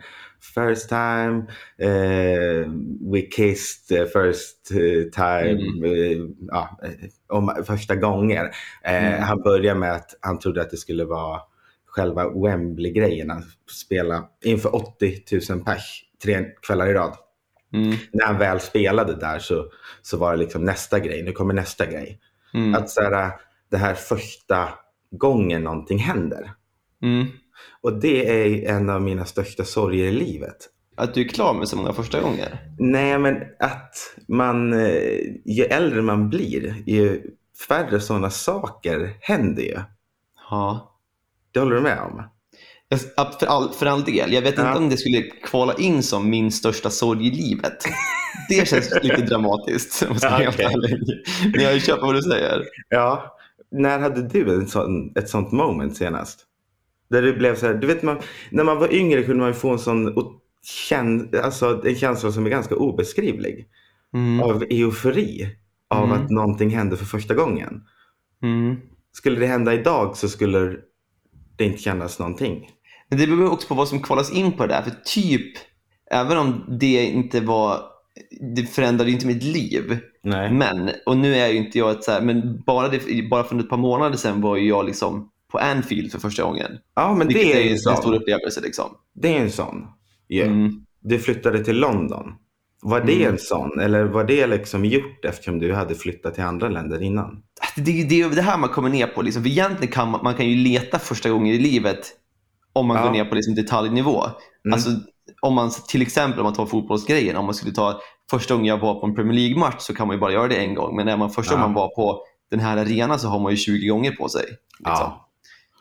Speaker 2: First time eh, we kissed, eh, first eh, time,
Speaker 1: Mm.
Speaker 2: eh, ja, eh, om första gånger. Eh,
Speaker 1: Mm.
Speaker 2: Han börjar med att han trodde att det skulle vara själva Wembley-grejen. Han spela inför 80 000 pers tre kvällar i rad.
Speaker 1: Mm.
Speaker 2: När han väl spelade där så, så var det liksom nästa grej, nu kommer nästa grej.
Speaker 1: Mm.
Speaker 2: Att så här, det här första gången någonting händer.
Speaker 1: Mm.
Speaker 2: Och det är en av mina största sorger i livet.
Speaker 1: Att du är klar med så många första gånger.
Speaker 2: Nej, men att man, eh, ju äldre man blir, ju färre sådana saker händer ju.
Speaker 1: Ja.
Speaker 2: Det håller du med om?
Speaker 1: Ja, För all, för all del. Jag vet
Speaker 2: Ja.
Speaker 1: inte om det skulle kvala in som min största sorg i livet. Det känns lite dramatiskt, om jag ska vara
Speaker 2: Ja,
Speaker 1: helt
Speaker 2: okej.
Speaker 1: ärlig. Men jag köper vad du säger.
Speaker 2: Ja. När hade du en sån, ett sånt moment senast? Där det blev så här, du vet man, när man var yngre kunde man ju få en sån o- kän, alltså en känsla som är ganska obeskrivlig.
Speaker 1: Mm.
Speaker 2: Av eufori. Av
Speaker 1: Mm.
Speaker 2: att någonting hände för första gången.
Speaker 1: Mm.
Speaker 2: Skulle det hända idag så skulle det inte kännas någonting.
Speaker 1: Men det beror också på vad som kvalas in på det där. För typ, även om det inte var, det förändrade ju inte mitt liv.
Speaker 2: Nej.
Speaker 1: Men, och nu är ju inte jag ett så här, men bara, det, bara för ett par månader sedan var ju jag liksom på Anfield för första gågen.
Speaker 2: Ja, men
Speaker 1: Vilket
Speaker 2: det är,
Speaker 1: ju
Speaker 2: en
Speaker 1: en stor
Speaker 2: sån.
Speaker 1: upplevelse. Liksom.
Speaker 2: Det är en sån. ju.
Speaker 1: Mm.
Speaker 2: Du flyttade till London. Var det
Speaker 1: Mm.
Speaker 2: en sån? Eller var det liksom gjort eftersom du hade flyttat till andra länder innan?
Speaker 1: Det, det, det är ju det här man kommer ner på. Liksom. För egentligen kan man, man kan ju leta första gången i livet om man
Speaker 2: Ja. Mm.
Speaker 1: går ner på liksom detaljnivå. Alltså, om man, till exempel om man tar fotbollsgrejen, om man skulle ta första gången jag var på en Premier League-match så kan man ju bara göra det en gång. Men är man första
Speaker 2: Ja.
Speaker 1: gången man var på den här arenan så har man ju 20 gånger på sig. Liksom.
Speaker 2: Ja.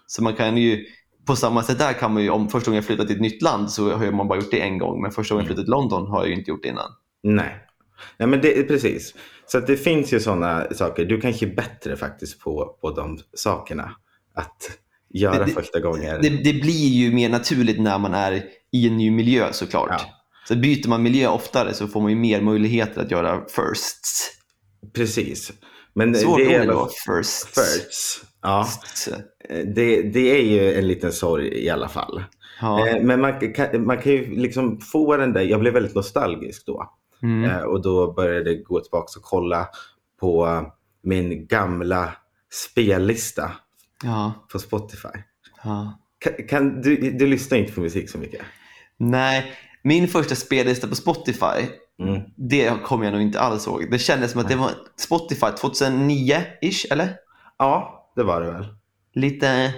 Speaker 1: Så man kan ju, på samma sätt där kan man ju, om första gången jag flyttat till ett nytt land så har ju man bara gjort det en gång. Men första gången jag
Speaker 2: Mm.
Speaker 1: flyttat till London har jag ju inte gjort det innan.
Speaker 2: Nej. Nej, men det, precis. Så att det finns ju sådana saker. Du kanske är bättre faktiskt på, på de sakerna. Att göra
Speaker 1: Det- det-
Speaker 2: första gånger.
Speaker 1: Det, det blir ju mer naturligt när man är i en ny miljö såklart.
Speaker 2: Ja.
Speaker 1: Så byter man miljö oftare så får man ju mer möjligheter att göra firsts.
Speaker 2: Precis. Men det,
Speaker 1: Svårt ord
Speaker 2: det är
Speaker 1: ändå, firsts.
Speaker 2: Firsts. Ja.
Speaker 1: Firsts.
Speaker 2: Det, det är ju en liten sorg i alla fall.
Speaker 1: Ja.
Speaker 2: Eh, Men man kan, man kan ju liksom få den där, jag blev väldigt nostalgisk då.
Speaker 1: Mm.
Speaker 2: Eh, Och då började jag gå tillbaka och kolla på min gamla spellista
Speaker 1: Ja.
Speaker 2: på Spotify.
Speaker 1: Ja.
Speaker 2: Kan, kan, du, du lyssnar inte på musik så mycket?
Speaker 1: Nej, min första spellista på Spotify,
Speaker 2: Mm.
Speaker 1: det kommer jag nog inte alls ihåg. Det kändes som att det var Spotify 2009-ish, eller?
Speaker 2: Ja, det var det väl.
Speaker 1: Lite...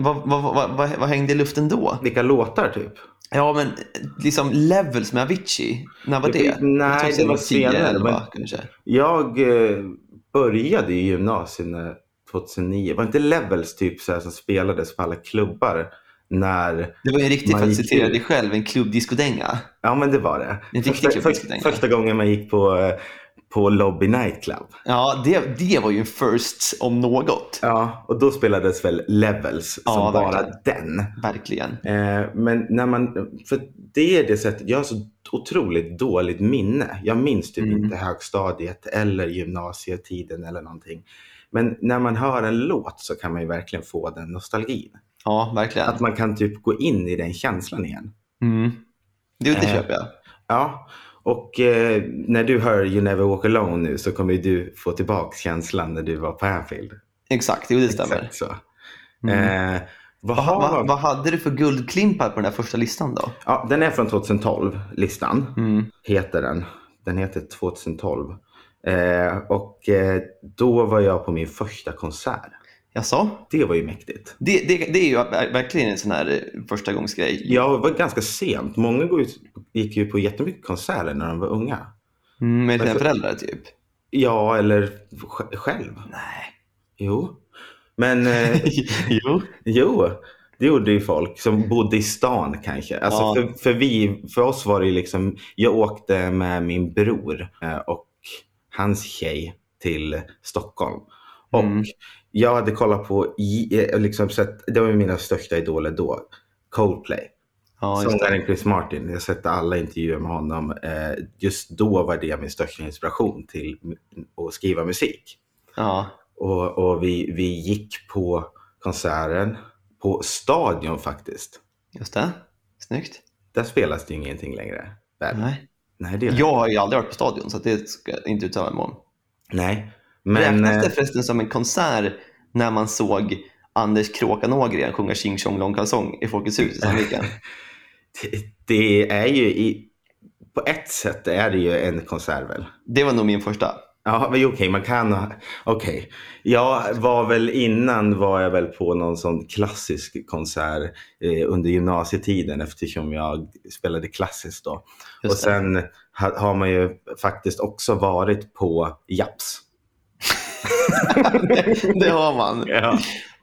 Speaker 1: Vad, vad, vad, vad, vad hängde i luften då?
Speaker 2: Vilka låtar typ?
Speaker 1: Ja, men liksom Levels med Avicii, när var
Speaker 2: Det-
Speaker 1: det?
Speaker 2: nej, det
Speaker 1: 2010,
Speaker 2: var senare,
Speaker 1: elva,
Speaker 2: men-
Speaker 1: kanske.
Speaker 2: Jag eh, började i gymnasiet när- 2009. Var inte Levels typ så här som spelades på alla klubbar? När,
Speaker 1: Det var ju riktigt, för
Speaker 2: Man
Speaker 1: att
Speaker 2: gick
Speaker 1: citera
Speaker 2: ut.
Speaker 1: dig själv, en klubbdiskodänga.
Speaker 2: ja men det var det.
Speaker 1: En riktig
Speaker 2: Första,
Speaker 1: klubbdiskodänga.
Speaker 2: först, första gången man gick på, eh, på Lobby Nightclub.
Speaker 1: Ja, det, det var ju en first om något.
Speaker 2: Ja, och då spelades väl Levels
Speaker 1: Ja,
Speaker 2: som bara
Speaker 1: verkligen.
Speaker 2: den.
Speaker 1: Verkligen.
Speaker 2: Eh, men när man, för det är det sättet, jag har så otroligt dåligt minne. Jag minns typ
Speaker 1: Mm.
Speaker 2: inte högstadiet eller gymnasietiden eller någonting. Men när man hör en låt så kan man ju verkligen få den nostalgin.
Speaker 1: Ja, verkligen.
Speaker 2: Att man kan typ gå in i den känslan igen.
Speaker 1: Mm. Det, det
Speaker 2: Eh,
Speaker 1: köper jag.
Speaker 2: Ja, och eh, när du hör You Never Walk Alone nu så kommer ju du få tillbaka känslan när du var på Anfield.
Speaker 1: Exakt, jo, det stämmer.
Speaker 2: Exakt så.
Speaker 1: Mm.
Speaker 2: Eh, vad
Speaker 1: Vad,
Speaker 2: har
Speaker 1: vad, vad hade du för guldklimpar på den här första listan då?
Speaker 2: Ja, den är från 2012, listan.
Speaker 1: Mm.
Speaker 2: heter den. Den heter 2012. Eh, och eh, då var jag på min första konsert.
Speaker 1: Jaså?
Speaker 2: Det var ju mäktigt.
Speaker 1: Det, det, det är ju ver- verkligen en sån här eh, första gångs grej.
Speaker 2: Jag var ganska sent. Många går ut- gick ju på jättemycket konserter när de var unga.
Speaker 1: Mm, med dina
Speaker 2: Alltså-
Speaker 1: föräldrar typ.
Speaker 2: Ja, eller sj- själv.
Speaker 1: Nej.
Speaker 2: Jo. Men eh,
Speaker 1: jo.
Speaker 2: jo, det gjorde ju folk som bodde i stan kanske. Alltså,
Speaker 1: Mm. Ja.
Speaker 2: för, för, vi, för oss var det ju liksom, jag åkte med min bror eh, och hans tjej till Stockholm. Och
Speaker 1: Mm.
Speaker 2: jag hade kollat på, i- eh, liksom, sett, det var ju mina största idoler då, Coldplay.
Speaker 1: Ja, just det.
Speaker 2: Sångaren Chris Martin. Jag har sett alla intervjuer med honom. Eh, just då var det min största inspiration till m- att skriva musik.
Speaker 1: Ja.
Speaker 2: Och, och vi, vi gick på konserten på Stadion faktiskt.
Speaker 1: Just det. Snyggt.
Speaker 2: Där spelas det ju ingenting längre. Väl?
Speaker 1: Nej.
Speaker 2: Nej, det gör det.
Speaker 1: Jag har ju aldrig varit på stadion så det ska jag inte uttala mig om.
Speaker 2: Nej. Men,
Speaker 1: Räknas det
Speaker 2: eh,
Speaker 1: förresten som en konsert när man såg Anders Kråkan Ågren sjunga Tjing Tjong Lång Kalsong i Folkets hus i Sandviken?
Speaker 2: det- det är ju i, på ett sätt är det ju en konsert väl?
Speaker 1: Det var nog min första.
Speaker 2: Ja, men okej, man kan ha... Okej. Jag var väl innan var jag väl på någon sån klassisk konsert eh, under gymnasietiden eftersom jag spelade klassiskt då.
Speaker 1: Just
Speaker 2: och sen ha, har man ju faktiskt också varit på Japs.
Speaker 1: Det har man.
Speaker 2: Ja.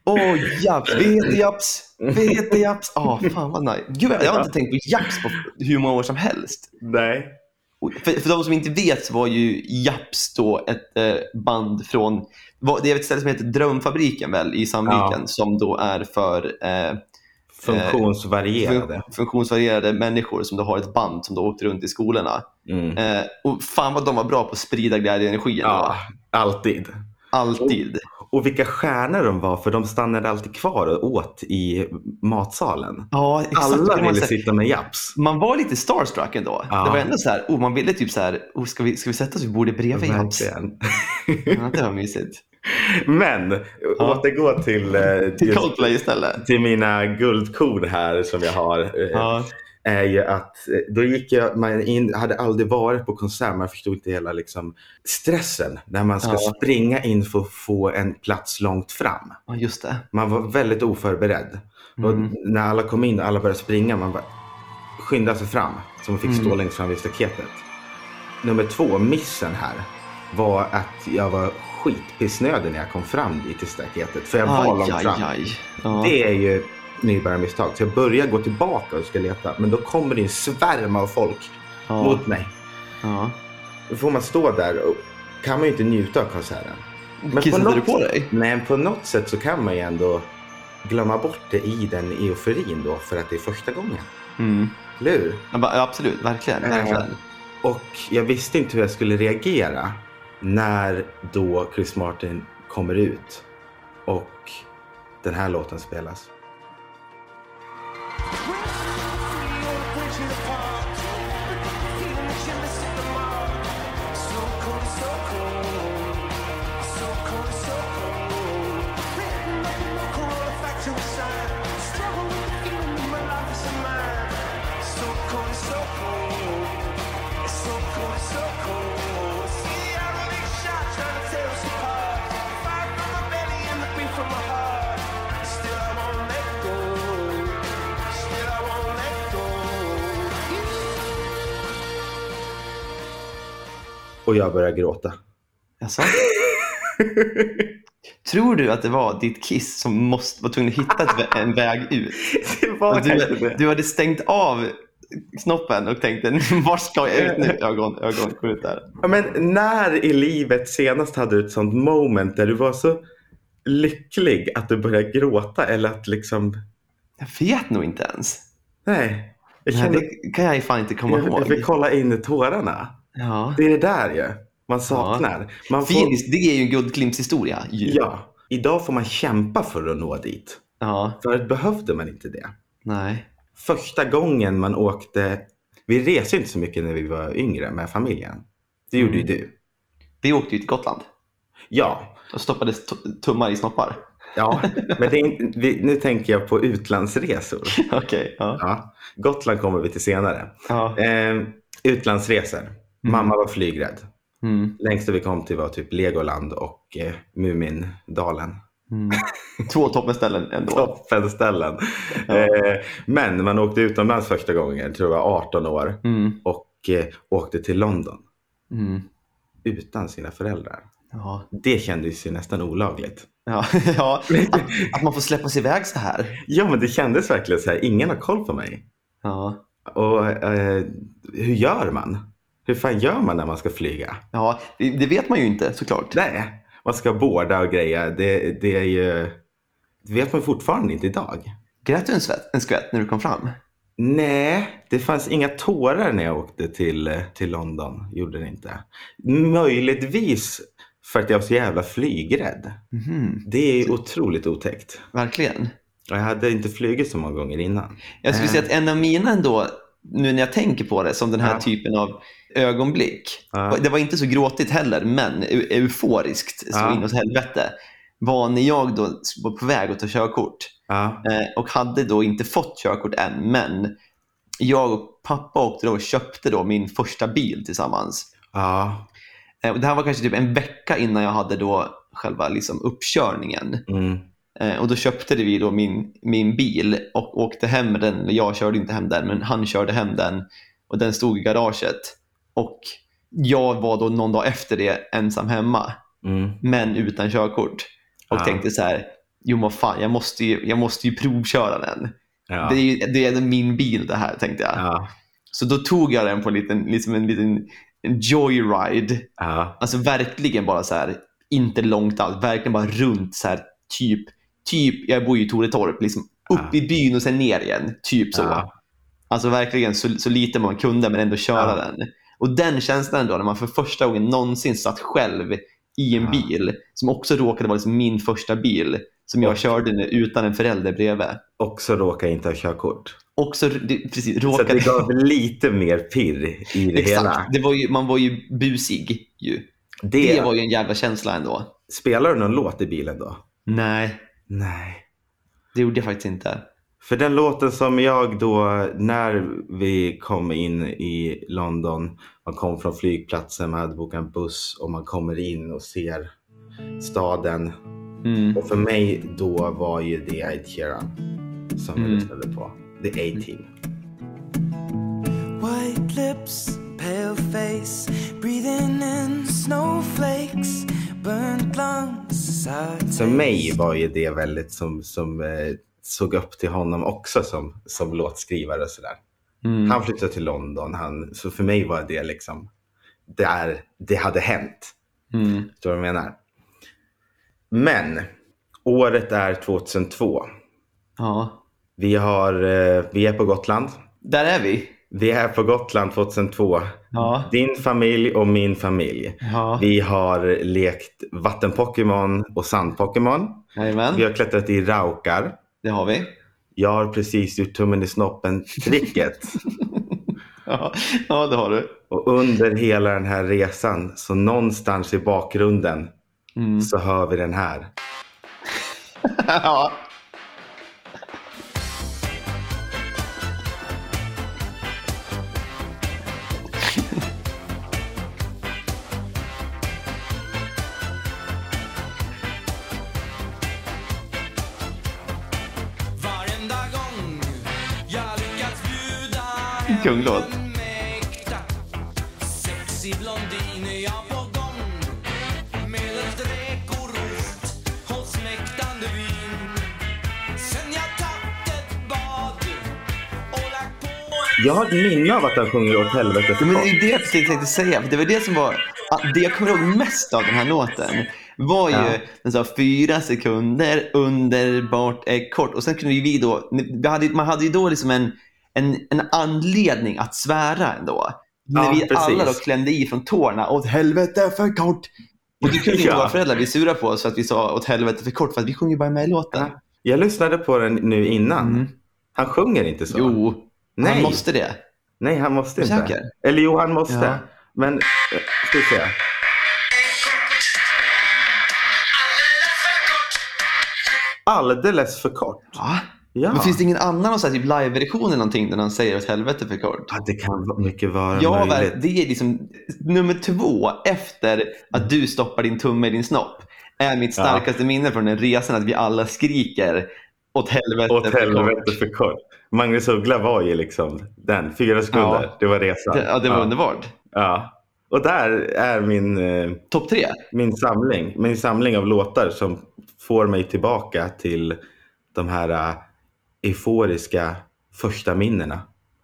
Speaker 1: Åh, Japs. Vi heter Japs. Vi heter Japs. Åh, fan vad nice. Gud, jag har inte tänkt på Japs på hur många år som helst.
Speaker 2: Nej.
Speaker 1: Och För, för de som inte vet så var ju Japs då ett eh, band från, var- det är ett ställe som heter Drömfabriken väl i Sandviken som då är för eh,
Speaker 2: Funktionsvarierade.
Speaker 1: fun- funktionsvarierade människor som då har ett band som då åkte runt i skolorna.
Speaker 2: Mm.
Speaker 1: Eh, och fan vad de var bra på att sprida glädje och energin.
Speaker 2: Ja,
Speaker 1: då.
Speaker 2: alltid.
Speaker 1: Alltid.
Speaker 2: Och vilka stjärnor de var, för de stannade alltid kvar och åt i matsalen.
Speaker 1: Ja, exakt. Då
Speaker 2: Alla
Speaker 1: kan man,
Speaker 2: ville
Speaker 1: säga-
Speaker 2: sitta med Japs.
Speaker 1: man var lite starstruck ändå.
Speaker 2: Ja.
Speaker 1: Det var ändå så här, oh, man ville typ så här, oh, ska, vi, ska vi sätta oss vid bordet bredvid Japs?
Speaker 2: Verkligen.
Speaker 1: Ja, det var mysigt.
Speaker 2: Men
Speaker 1: Ja.
Speaker 2: återgå till, eh,
Speaker 1: Till
Speaker 2: just,
Speaker 1: Coldplay istället.
Speaker 2: till mina guldkorn här som jag har. eh,
Speaker 1: Ja.
Speaker 2: Är ju att eh, då gick jag, man in, hade aldrig varit på konsert, man förstod inte hela liksom, stressen när man ska
Speaker 1: Ja.
Speaker 2: springa in för att få en plats långt fram.
Speaker 1: ja, just det.
Speaker 2: Man var väldigt oförberedd.
Speaker 1: Mm.
Speaker 2: Och när alla kom in och alla började springa, man bara skyndade sig fram. Så man fick stå
Speaker 1: Mm.
Speaker 2: längst fram vid staketet. Nummer två, missen här, var att jag var skitpissnödig när jag kom fram dit till staketet. För jag var långt
Speaker 1: aj,
Speaker 2: fram.
Speaker 1: aj. Ja.
Speaker 2: Det är ju nybörjarmisstag. Så jag börjar gå tillbaka och ska leta. Men då kommer det en svärm av folk
Speaker 1: ja.
Speaker 2: mot mig.
Speaker 1: ja.
Speaker 2: Då får man stå där och kan man ju inte njuta av konserten. Men
Speaker 1: Kissade
Speaker 2: något
Speaker 1: du på dig?
Speaker 2: Men på något sätt så kan man ju ändå glömma bort det i den euforin då för att det är första gången.
Speaker 1: Mm.
Speaker 2: Eller hur?
Speaker 1: Ja, ba- ja, absolut, verkligen.
Speaker 2: Ja.
Speaker 1: verkligen.
Speaker 2: Och jag visste inte hur jag skulle reagera när då Chris Martin kommer ut och den här låten spelas.
Speaker 4: Still I won't let go. Still I won't let go. You
Speaker 2: Och jag börjar gråta.
Speaker 1: Jaså? Tror du att det var ditt kiss som måste, var tvungen att hitta ett, vä- en väg ut?
Speaker 2: Det var
Speaker 1: Och Du, du hade stängt av snoppen och tänkte, vart ska jag ut nu? Ögon, ögon, kom ut där.
Speaker 2: Ja, men när i livet senast hade du ett sånt moment där du var så lycklig att du började gråta eller att liksom,
Speaker 1: Jag vet nog inte ens.
Speaker 2: nej. Jag
Speaker 1: Nej,
Speaker 2: kände,
Speaker 1: det kan jag ju fan inte komma
Speaker 2: jag, jag fick
Speaker 1: ihåg.
Speaker 2: kolla in i tårarna.
Speaker 1: Ja.
Speaker 2: Det är det där ju. Man saknar. Man får,
Speaker 1: Phoenix, det är ju en guldklimpshistoria. ju.
Speaker 2: ja, idag får man kämpa för att nå dit.
Speaker 1: ja.
Speaker 2: Förut behövde man inte det.
Speaker 1: Nej.
Speaker 2: Första gången man åkte, vi reste inte så mycket när vi var yngre med familjen. Det gjorde
Speaker 1: Mm.
Speaker 2: ju du.
Speaker 1: Vi åkte ju till Gotland
Speaker 2: Ja,
Speaker 1: och stoppade st- tummar i snoppar.
Speaker 2: ja. men det är, inte- vi, nu tänker jag på utlandsresor.
Speaker 1: Okej. ja.
Speaker 2: Ja. Gotland kommer vi till senare.
Speaker 1: Ja.
Speaker 2: Eh, utlandsresor. Mamma var flygrädd.
Speaker 1: Mm.
Speaker 2: Längst vi kom till var typ Legoland och eh, Mumindalen.
Speaker 1: Mm. Två toppenställen ändå.
Speaker 2: Toppenställen. Eh, men man åkte utomlands första gången, tror jag, 18 år.
Speaker 1: Mm.
Speaker 2: Och eh, åkte till London
Speaker 1: Mm.
Speaker 2: utan sina föräldrar.
Speaker 1: Ja.
Speaker 2: Det kändes ju nästan olagligt.
Speaker 1: Ja. ja. Att, att man får släppas iväg så här.
Speaker 2: Ja, men det kändes verkligen så här. Ingen har koll på mig.
Speaker 1: Ja.
Speaker 2: Och eh, hur gör man? Hur fan gör man när man ska flyga?
Speaker 1: Ja, det det vet man ju inte såklart.
Speaker 2: Nej, man ska båda och greja. Det, det är ju... Det vet man fortfarande inte idag.
Speaker 1: Grät du en, svett, en skvätt när du kom fram?
Speaker 2: Nej, det fanns inga tårar när jag åkte till, till London. Gjorde det inte. Möjligtvis för att jag var så jävla flygrädd.
Speaker 1: Mhm,
Speaker 2: Det är ju otroligt otäckt.
Speaker 1: Verkligen.
Speaker 2: Och jag hade inte flugit så många gånger innan.
Speaker 1: Jag skulle
Speaker 2: Eh.
Speaker 1: säga att en av mina ändå, nu när jag tänker på det, som den här
Speaker 2: Ja.
Speaker 1: typen av ögonblick.
Speaker 2: Ja.
Speaker 1: Det var inte så gråtigt heller, men eu- euforiskt så
Speaker 2: Ja.
Speaker 1: inåt helvete. Var när jag då var på väg att ta körkort.
Speaker 2: Ja,
Speaker 1: Eh, och hade då inte fått körkort än, men jag och pappa åkte då och köpte då min första bil tillsammans.
Speaker 2: ja.
Speaker 1: Eh, och det här var kanske typ en vecka innan jag hade då själva liksom uppkörningen.
Speaker 2: Mm.
Speaker 1: Eh, och då köpte vi då min, min bil och åkte hem med den. Jag körde inte hem den, men han körde hem den. Och den stod i garaget. Och jag var då någon dag efter det ensam hemma,
Speaker 2: Mm.
Speaker 1: men utan körkort. Och
Speaker 2: Ja.
Speaker 1: tänkte så här, jo men fan, jag måste ju, jag måste ju provköra den.
Speaker 2: Ja.
Speaker 1: Det, är ju, det är min bil det här, tänkte jag.
Speaker 2: ja.
Speaker 1: Så då tog jag den på en liten, liksom en liten en joyride.
Speaker 2: ja.
Speaker 1: Alltså verkligen bara så här, inte långt alls, verkligen bara runt så här, typ, typ, jag bor ju i Toretorp, liksom upp
Speaker 2: Ja.
Speaker 1: i byn och sen ner igen, typ så.
Speaker 2: Ja.
Speaker 1: Alltså verkligen så, så lite man kunde men ändå köra
Speaker 2: Ja.
Speaker 1: den. Och den känslan då när man för första gången någonsin satt själv i en
Speaker 2: Ja.
Speaker 1: bil som också råkade vara liksom min första bil som jag
Speaker 2: Och-
Speaker 1: körde nu utan en förälder bredvid.
Speaker 2: Också råkar jag inte ha körkort.
Speaker 1: Också, det, precis,
Speaker 2: Så att
Speaker 1: råkade...
Speaker 2: det gav lite mer pirr i det hela.
Speaker 1: Exakt, det var ju, man var ju busig ju.
Speaker 2: Det,
Speaker 1: Det var ju en jävla känsla ändå.
Speaker 2: Spelar du någon låt i bilen då?
Speaker 1: Nej,
Speaker 2: Nej.
Speaker 1: det gjorde jag faktiskt inte.
Speaker 2: För den låten som jag då, när vi kom in i London, man kom från flygplatsen, man hade bokat en buss och man kommer in och ser staden.
Speaker 1: Mm.
Speaker 2: Och för mig då var ju det Ed Sheeran som jag
Speaker 1: Mm.
Speaker 2: lyssnade på. The A-Team.
Speaker 5: White lips, pale face, breathing in snowflakes, burnt lungs. sour
Speaker 2: För
Speaker 5: taste.
Speaker 2: mig var ju det väldigt som, som eh, såg upp till honom också som, som låtskrivare och sådär.
Speaker 1: Mm.
Speaker 2: Han flyttade till London, han, så för mig var det liksom där det hade hänt.
Speaker 1: Mm.
Speaker 2: Förstår du vad jag menar? Men året är 2002.
Speaker 1: Ja,
Speaker 2: Vi, har, eh, vi är på Gotland.
Speaker 1: där är vi.
Speaker 2: Vi är på Gotland 2002.
Speaker 1: Ja.
Speaker 2: Din familj och min familj.
Speaker 1: Ja.
Speaker 2: Vi har lekt vattenpokémon och sandpokémon. Vi
Speaker 1: Jajamän,
Speaker 2: har klättrat i raukar.
Speaker 1: det har vi.
Speaker 2: Jag har precis gjort tummen i snoppen-tricket.
Speaker 1: Ja, ja det har du.
Speaker 2: och under hela den här resan, så någonstans i bakgrunden,
Speaker 1: Mm.
Speaker 2: så hör vi den här.
Speaker 1: ja.
Speaker 4: Varenda gång jag lyckats bjuda hem
Speaker 1: Kung låt.
Speaker 4: en mäkta Sexig blondin är jag på gång Med en strekorost och smäktande vin Sen jag tagit ett bad och lagt på
Speaker 2: Jag har ett minne av att han sjunger åt helvete för
Speaker 1: Men det
Speaker 2: folk.
Speaker 1: är det jag precis tänkte säga. För det var det som var... att Det jag kommer ihåg mest av den här låten var ju
Speaker 2: Ja.
Speaker 1: den sa fyra sekunder underbart är kort. Och sen kunde ju vi då... vi hade, man hade ju då liksom en, en, en anledning att svära ändå. När
Speaker 2: Ja,
Speaker 1: vi
Speaker 2: precis.
Speaker 1: alla då klämde i från tårna. Åt helvete för kort! Och det kunde inte
Speaker 2: Ja.
Speaker 1: våra föräldrar bli sura på oss för att vi sa åt helvete för kort. För att vi sjunger bara med i låten.
Speaker 2: Jag lyssnade på den nu innan.
Speaker 1: Mm.
Speaker 2: Han sjunger inte så.
Speaker 1: Jo,
Speaker 2: Nej.
Speaker 1: han måste det.
Speaker 2: Nej, han måste inte.
Speaker 1: Säker?
Speaker 2: Eller jo, han måste.
Speaker 1: Ja.
Speaker 2: Men, eh, ska vi se. Alldeles för kort.
Speaker 1: Va?
Speaker 2: Ja.
Speaker 1: Men finns det ingen annan så här, typ live-version eller någonting där han säger åt helvete för kort?
Speaker 2: ja, det kan vara- mycket vara
Speaker 1: Ja,
Speaker 2: möjligt.
Speaker 1: ver- det är liksom nummer två efter att du stoppar din tumme i din snopp. är mitt starkaste minne från den resan att vi alla skriker åt helvete.
Speaker 2: Åt
Speaker 1: för
Speaker 2: helvete
Speaker 1: kort."
Speaker 2: för kort. Magnus Uggla var ju liksom den. Fyra sekunder,
Speaker 1: Ja.
Speaker 2: det var resan.
Speaker 1: Det, ja, det var
Speaker 2: ja.
Speaker 1: underbart.
Speaker 2: Ja. Och där är min, eh,
Speaker 1: Topp tre.
Speaker 2: min, samling, min samling av låtar som får mig tillbaka till de här eh, euforiska första minnena.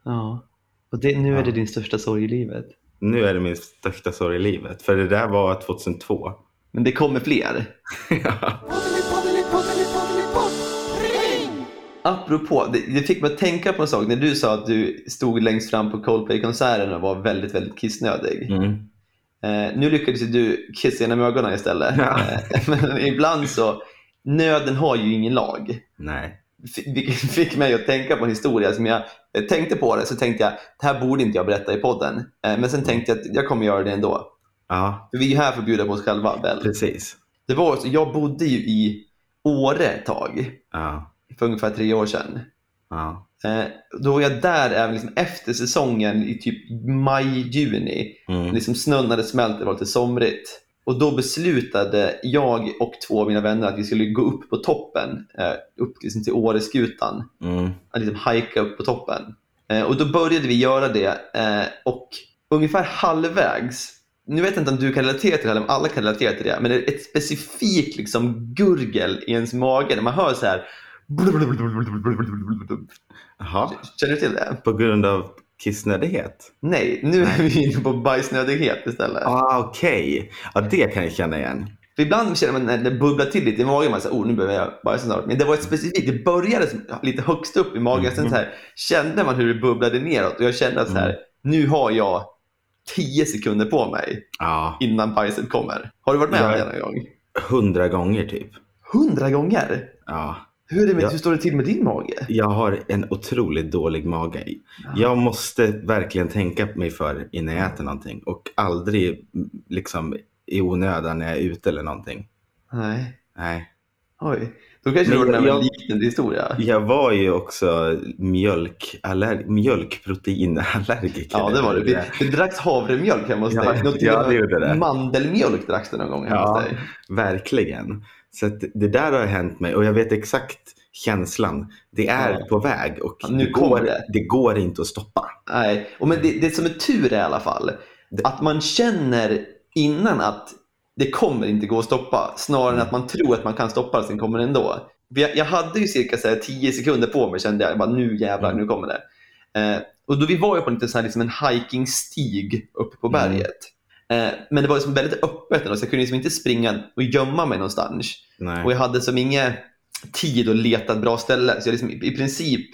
Speaker 1: Ja. Och det, nu är det din största sorg i livet.
Speaker 2: Nu är det min största sorg i livet, för det där var 2002.
Speaker 1: Men det kommer fler. Apropå, det, det fick mig att tänka på en sak när du sa att du stod längst fram på Coldplay-konserten och var väldigt, väldigt kissnödig.
Speaker 2: Mm.
Speaker 1: Eh, nu lyckades ju du kissa genom ögonen istället.
Speaker 2: Ja.
Speaker 1: Eh, men ibland så, nöden har ju ingen lag.
Speaker 2: Nej.
Speaker 1: F- Vilket fick mig att tänka på en historia som jag eh, tänkte på det så tänkte jag, det här borde inte jag berätta i podden. Eh, men sen tänkte jag att jag kommer göra det ändå.
Speaker 2: Ja,
Speaker 1: För vi är ju här för att bjuda på oss själva. Väl?
Speaker 2: precis.
Speaker 1: Det var så, jag bodde ju i Åre ett tag,
Speaker 2: Ja,
Speaker 1: för ungefär tre år sedan.
Speaker 2: ja.
Speaker 1: Eh, då var jag där även liksom efter säsongen i typ maj, juni.
Speaker 2: Mm.
Speaker 1: Liksom snön hade smält, det var lite somrigt. Och då beslutade jag och två av mina vänner att vi skulle gå upp på toppen, eh, upp liksom till Åreskutan.
Speaker 2: Mm.
Speaker 1: Att liksom hajka upp på toppen. Eh, och då började vi göra det eh, och ungefär halvvägs, nu vet jag inte om du kan relatera till det eller om alla kan relatera till det, men det är ett specifikt liksom gurgel i ens mage när man hör så här.
Speaker 2: Jaha.
Speaker 1: Känner du till det?
Speaker 2: På grund av kissnödighet?
Speaker 1: Nej, nu är vi inne på bajsnödighet istället.
Speaker 2: Ah, Okej, ja, det kan jag känna igen.
Speaker 1: För ibland känner man när det bubblar till lite i magen. Man säger, oh, nu behöver jag bajsa snart. Men det var ett specifikt, det började som lite högst upp i magen. Sen så här, kände man hur det bubblade neråt och jag kände att så
Speaker 2: Mm.
Speaker 1: här, nu har jag tio sekunder på mig
Speaker 2: Ja,
Speaker 1: innan bajset kommer. Har du varit med om
Speaker 2: Ja.
Speaker 1: det någon gång?
Speaker 2: hundra gånger typ.
Speaker 1: Hundra gånger?
Speaker 2: Ja.
Speaker 1: Hur, är det med,
Speaker 2: Ja.
Speaker 1: hur står det till med din mage?
Speaker 2: Jag har en otroligt dålig mage. Jag måste verkligen tänka mig för innan jag äter någonting och aldrig mm, liksom i onödan när jag är ute eller någonting.
Speaker 1: Nej.
Speaker 2: Nej.
Speaker 1: Oj. Då kanske det
Speaker 2: Men
Speaker 1: var en
Speaker 2: jag-
Speaker 1: liknande historia.
Speaker 2: Jag var ju också mjölkaller- mjölkproteinallergiker.
Speaker 1: Ja, det var det. Det, det dracks havremjölk hemma hos
Speaker 2: Ja,
Speaker 1: dig. Något till
Speaker 2: ja,
Speaker 1: och med
Speaker 2: det gjorde det.
Speaker 1: Mandelmjölk dracks det någon gång hemma hos
Speaker 2: Ja,
Speaker 1: dig.
Speaker 2: verkligen. Så att det där har hänt mig och jag vet exakt känslan. Det är
Speaker 1: Ja.
Speaker 2: på väg och
Speaker 1: Ja, nu
Speaker 2: det,
Speaker 1: kommer
Speaker 2: går,
Speaker 1: det.
Speaker 2: det. går inte att stoppa.
Speaker 1: Nej, och men det, det som är tur är i alla fall att man känner innan att det kommer inte gå att stoppa snarare än att man tror att man kan stoppa det, sen kommer det ändå. För Jag, jag hade ju cirka så här, 10 sekunder på mig kände jag. jag bara, nu jävlar, nu kommer det. Eh, och då vi var ju på lite så här, liksom en hikingstig uppe på berget. Eh, men det var liksom väldigt öppet ändå, så jag kunde liksom inte springa och gömma mig någonstans.
Speaker 2: Nej.
Speaker 1: Och jag hade som ingen tid att leta ett bra ställe. Så jag liksom, i princip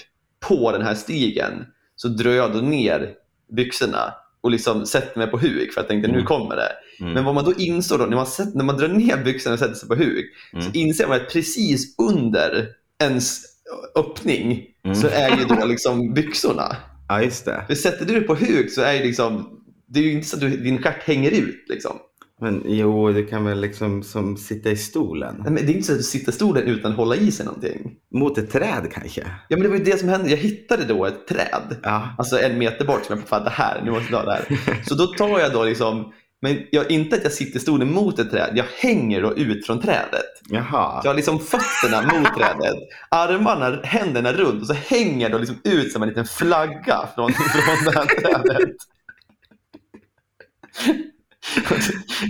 Speaker 1: på den här stigen så drog jag då ner byxorna och liksom sätter mig på huk för jag tänkte nu kommer det.
Speaker 2: Mm.
Speaker 1: Men vad man då insåg då, när man, sätter, när man drar ner byxorna och sätter sig på huk
Speaker 2: Mm.
Speaker 1: så inser man att precis under ens öppning
Speaker 2: Mm.
Speaker 1: så är ju då liksom byxorna.
Speaker 2: Ja, just det.
Speaker 1: För sätter du dig på huk så är ju liksom, det är ju inte så att du, din stjärt hänger ut. Liksom.
Speaker 2: Men jo, du kan väl liksom som sitta i stolen.
Speaker 1: Men det är inte så att du sitter i stolen utan att hålla i sig någonting.
Speaker 2: Mot ett träd kanske?
Speaker 1: Ja, men det var ju det som hände. Jag hittade då ett träd,
Speaker 2: Ja.
Speaker 1: alltså en meter bort, som jag fattade här, nu måste jag ta det här. Så då tar jag då liksom, men jag, inte att jag sitter stolen mot ett träd, jag hänger då ut från trädet.
Speaker 2: Jaha.
Speaker 1: Så jag har liksom fötterna mot trädet, armarna, händerna runt och så hänger jag då liksom ut som en liten flagga från, från det här trädet.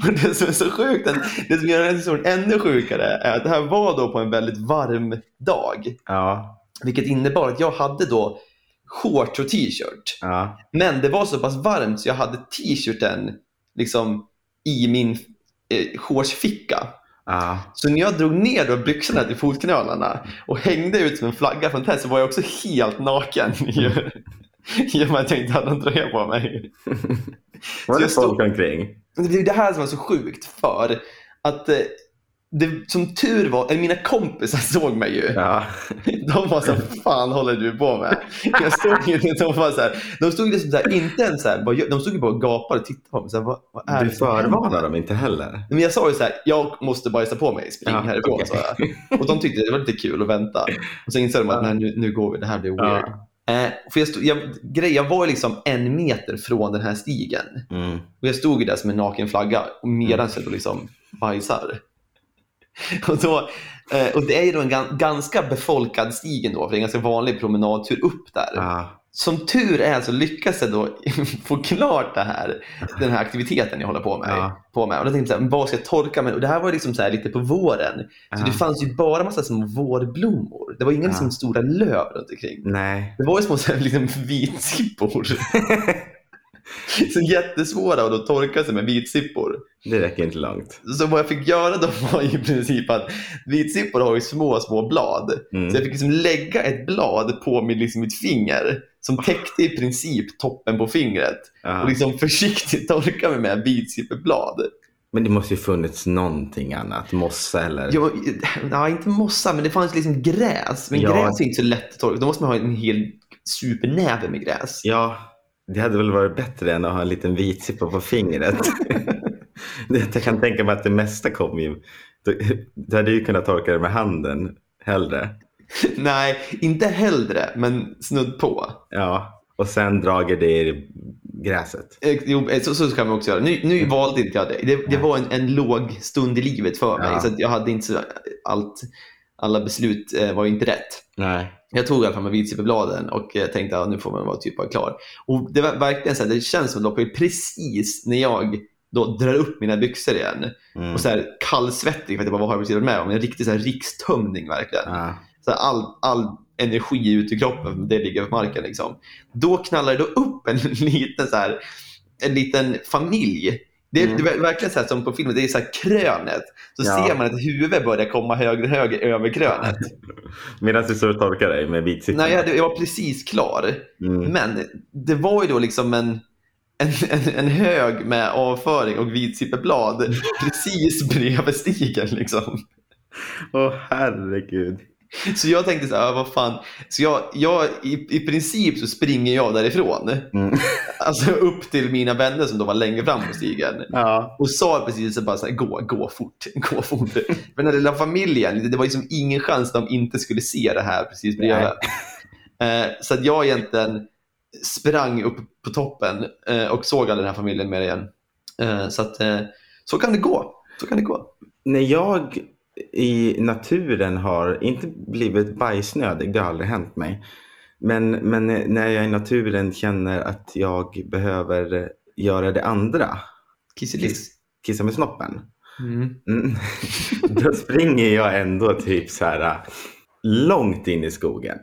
Speaker 1: Och det som är så sjukt, det som gör den här historien ännu sjukare är att det här var då på en väldigt varm dag.
Speaker 2: Ja.
Speaker 1: Vilket innebar att jag hade då shorts och t-shirt.
Speaker 2: Ja.
Speaker 1: Men det var så pass varmt så jag hade t-shirten liksom i min eh, shortsficka.
Speaker 2: Ja.
Speaker 1: Så när jag drog ner då byxorna till fotknölarna och hängde ut som en flagga från trädet så var jag också helt naken. i- I och med att jag inte hade någon tröja på mig.
Speaker 2: Var
Speaker 1: Så
Speaker 2: det
Speaker 1: jag stod-
Speaker 2: folk omkring?
Speaker 1: Men Det är det här som är så sjukt för att eh, det, som tur var, eller mina kompisar såg mig ju.
Speaker 2: Ja.
Speaker 1: De var så här, fan håller du på med? Jag stod ju, de var så här, de stod liksom så här, inte ens så här, bara- de stod ju bara och gapade och tittade på mig. Så här, vad, vad är
Speaker 2: Du
Speaker 1: det som händer?
Speaker 2: förvarnar dem inte heller?
Speaker 1: Men jag sa ju så här, jag måste bajsa på mig, spring
Speaker 2: Ja,
Speaker 1: härifrån.
Speaker 2: okej.
Speaker 1: sa jag. Och de tyckte det var lite kul att vänta. Och så insåg de att nej, nu, nu går vi, det här blir weird. Eh, för jag, stod, jag, grej, jag var ju liksom en meter från den här stigen.
Speaker 2: Mm.
Speaker 1: Och jag stod ju där som en naken flagga medan jag då liksom bajsar. Och, då, eh, och det är ju då en gan- ganska befolkad stig ändå, för det är en ganska vanlig promenadtur upp där.
Speaker 2: Ja.
Speaker 1: Som tur är så lyckas jag då få klart det här, den här aktiviteten jag håller på med.
Speaker 2: Ja.
Speaker 1: På med. Och då tänkte jag, så här, vad ska jag torka med? Och det här var ju liksom så här lite på våren. Så
Speaker 2: Ja.
Speaker 1: det fanns ju bara massa små vårblommor. Det var ju inga
Speaker 2: Ja.
Speaker 1: liksom stora löv runt omkring.
Speaker 2: Nej.
Speaker 1: Det var ju små så här, liksom, vitsippor. så jättesvåra att då torka sig med vitsippor.
Speaker 2: Det räcker inte långt.
Speaker 1: Så vad jag fick göra då var ju i princip att vitsippor har ju små, små blad.
Speaker 2: Mm.
Speaker 1: Så jag fick liksom lägga ett blad på mitt, liksom mitt finger som täckte i princip toppen på fingret
Speaker 2: Ja.
Speaker 1: och liksom försiktigt torka mig med vitsippeblad.
Speaker 2: Men det måste ju funnits någonting annat. Mossa eller?
Speaker 1: Jag, ja, inte mossa, men det fanns liksom gräs. Men
Speaker 2: Ja.
Speaker 1: gräs är inte så lätt att torka. Då måste man ha en hel supernäve med gräs.
Speaker 2: Ja, det hade väl varit bättre än att ha en liten vitsippa på fingret. Det- jag kan tänka mig att det mesta kom ju... Du, du hade ju kunnat torka det med handen hellre.
Speaker 1: Nej, inte hellre, men snudd på.
Speaker 2: Ja, och sen drager det i gräset.
Speaker 1: Eh, Jo, eh, så, så ska man också göra. Nu,
Speaker 2: Mm.
Speaker 1: nu valde inte jag det. Det, det var en, en låg stund i livet för mig.
Speaker 2: Ja.
Speaker 1: Så att jag hade inte så, allt, alla beslut eh, var ju inte rätt.
Speaker 2: Nej.
Speaker 1: Jag tog i alla fall med vitsipperbladen och eh, tänkte att nu får man vara typ bara klar. Och det var verkligen så här, det känns som att loppet är precis när jag då drar upp mina byxor igen
Speaker 2: Mm.
Speaker 1: och så här kallsvettig för att jag bara vad har jag precis varit med om? En riktig så här rikstömning verkligen.
Speaker 2: Ja.
Speaker 1: Så här, all, all energi ut ur kroppen, det ligger på marken liksom. Då knallar det då upp en liten så här, en liten familj. Det är, det är verkligen så här som på filmen, det är så här krönet. Så
Speaker 2: Mm. Ja.
Speaker 1: ser man att huvudet börjar komma högre och högre över krönet.
Speaker 2: Medan du står och torkar dig med vitsippan.
Speaker 1: Nej, jag, hade- jag var precis klar.
Speaker 2: Mm.
Speaker 1: Men det var ju då liksom en, en, en, en hög med avföring och vitsippeblad precis bredvid stigen. Liksom.
Speaker 2: Åh, herregud.
Speaker 1: Så jag tänkte så här, "Ah, vad fan. Så jag, jag, i, I princip så springer jag därifrån.
Speaker 2: Mm.
Speaker 1: Alltså upp till mina vänner som då var längre fram på stigen.
Speaker 2: Ja.
Speaker 1: Och sa precis så bara så här, gå, gå fort, gå fort. Men den där lilla familjen, det var liksom ingen chans att de inte skulle se det här precis bredvid. Eh, Så att jag egentligen sprang upp på toppen eh, och såg all den här familjen med det igen. Eh, Så att eh, så kan det gå. Så kan det gå.
Speaker 2: När jag i naturen har, inte blivit bajsnödig, det har aldrig hänt mig. Men, men när jag i naturen känner att jag behöver göra det andra,
Speaker 1: Kisseliss.
Speaker 2: kissa med snoppen.
Speaker 1: Mm.
Speaker 2: Mm. Då springer jag ändå typ så här äh, långt in i skogen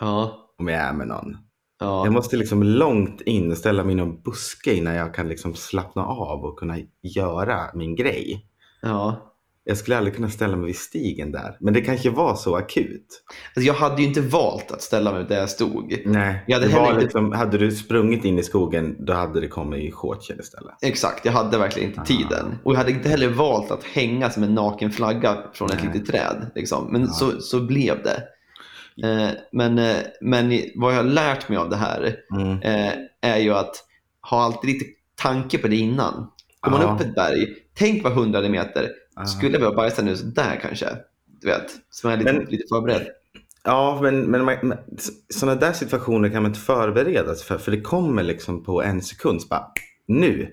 Speaker 1: Ja.
Speaker 2: om jag är med någon. Jag
Speaker 1: ja.
Speaker 2: måste liksom långt in och ställa mig i någon buske innan jag kan liksom slappna av och kunna göra min grej.
Speaker 1: ja.
Speaker 2: Jag skulle aldrig kunna ställa mig vid stigen där. Men det kanske var så akut.
Speaker 1: Alltså jag hade ju inte valt att ställa mig där jag stod.
Speaker 2: Nej.
Speaker 1: Ja, det
Speaker 2: det
Speaker 1: heller
Speaker 2: var
Speaker 1: inte-
Speaker 2: liksom, hade du sprungit in i skogen då hade det kommit i shortsen istället.
Speaker 1: Exakt, jag hade verkligen inte
Speaker 2: Ah.
Speaker 1: tiden. Och jag hade inte heller valt att hänga som en naken flagga från ett
Speaker 2: Nej.
Speaker 1: litet träd. Liksom. Men
Speaker 2: Ja.
Speaker 1: så, så blev det. Eh, Men, eh, men vad jag har lärt mig av det här
Speaker 2: Mm.
Speaker 1: eh, är ju att ha alltid lite tanke på det innan. Kommer
Speaker 2: Ja.
Speaker 1: man upp ett berg, tänk vad hundrade meter,
Speaker 2: Ah.
Speaker 1: skulle jag behöva bajsa nu så där kanske? Du vet, så man är lite,
Speaker 2: Men-
Speaker 1: lite förberedd.
Speaker 2: Ja, men, men, man- men sådana där situationer kan man inte förbereda sig för. För det kommer liksom på en sekund. Så bara, nu,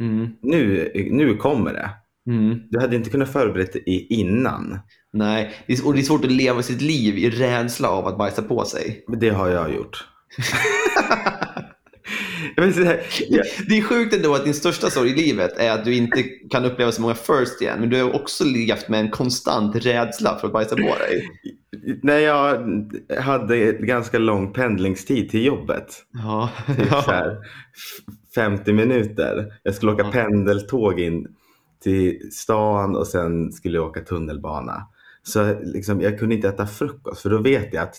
Speaker 1: Mm,
Speaker 2: nu, nu kommer det.
Speaker 1: mm.
Speaker 2: Du hade inte kunnat förbereda dig i- innan.
Speaker 1: Nej, det är, och det är svårt att leva sitt liv i rädsla av att bajsa på sig.
Speaker 2: Men det har jag gjort. men så här, jag,
Speaker 1: Det är sjukt ändå att din största sorg i livet är att du inte kan uppleva så många first igen, men du har också levt med en konstant rädsla för att bajsa på dig.
Speaker 2: när jag hade ganska lång pendlingstid till jobbet.
Speaker 1: Ja,
Speaker 2: Typ så
Speaker 1: ja.
Speaker 2: här, f- 50 minuter. Jag skulle åka
Speaker 1: Ja.
Speaker 2: pendeltåg in till stan och sen skulle jag åka tunnelbana. Så liksom, jag kunde inte äta frukost för då vet jag att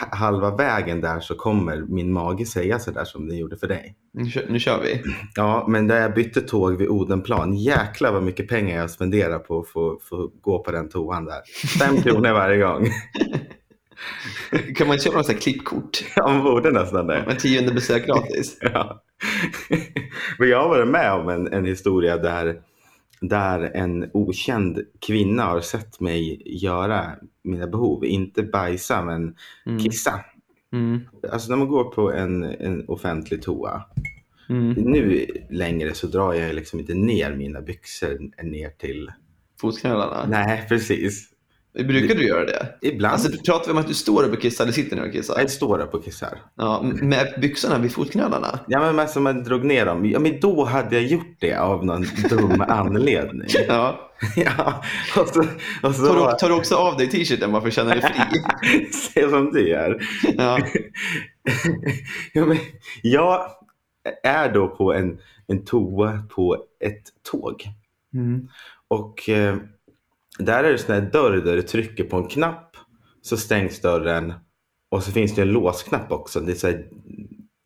Speaker 2: h- halva vägen där så kommer min mage säga sådär som den gjorde för dig.
Speaker 1: Nu, kör, nu kör vi.
Speaker 2: Ja, men där jag bytte tåg vid Odenplan, jäklar vad mycket pengar jag spenderar på att få, få gå på den toan där. Fem kronor varje gång.
Speaker 1: Kan man köpa några så här klippkort?
Speaker 2: Ja, man borde nästan det.
Speaker 1: Med tionde besök gratis.
Speaker 2: Ja. Men jag har varit med om en, en historia där, där en okänd kvinna har sett mig göra mina behov. Inte bajsa, men
Speaker 1: Mm.
Speaker 2: kissa.
Speaker 1: Mm.
Speaker 2: Alltså när man går på en, en offentlig toa.
Speaker 1: Mm.
Speaker 2: Nu längre så drar jag liksom inte ner mina byxor ner till
Speaker 1: fotknölarna?
Speaker 2: Nej, precis.
Speaker 1: Brukar du göra det?
Speaker 2: Ibland.
Speaker 1: Alltså, pratar vi om att du står upp och kissar eller sitter ner och kissar?
Speaker 2: Jag står upp och kissar.
Speaker 1: Ja, med byxorna vid fotknölarna?
Speaker 2: Ja, men alltså man drog ner dem. Ja, men då hade jag gjort det av någon dum anledning.
Speaker 1: Ja.
Speaker 2: ja, och så, och så
Speaker 1: Tar, du, tar du också av dig t-shirten bara för att känna dig fri?
Speaker 2: se som det är.
Speaker 1: Ja.
Speaker 2: ja, men jag är då på en, en toa på ett tåg. Och eh, där är det sån här dörr där du trycker på en knapp så stängs dörren och så finns det en låsknapp också. Det, är så här,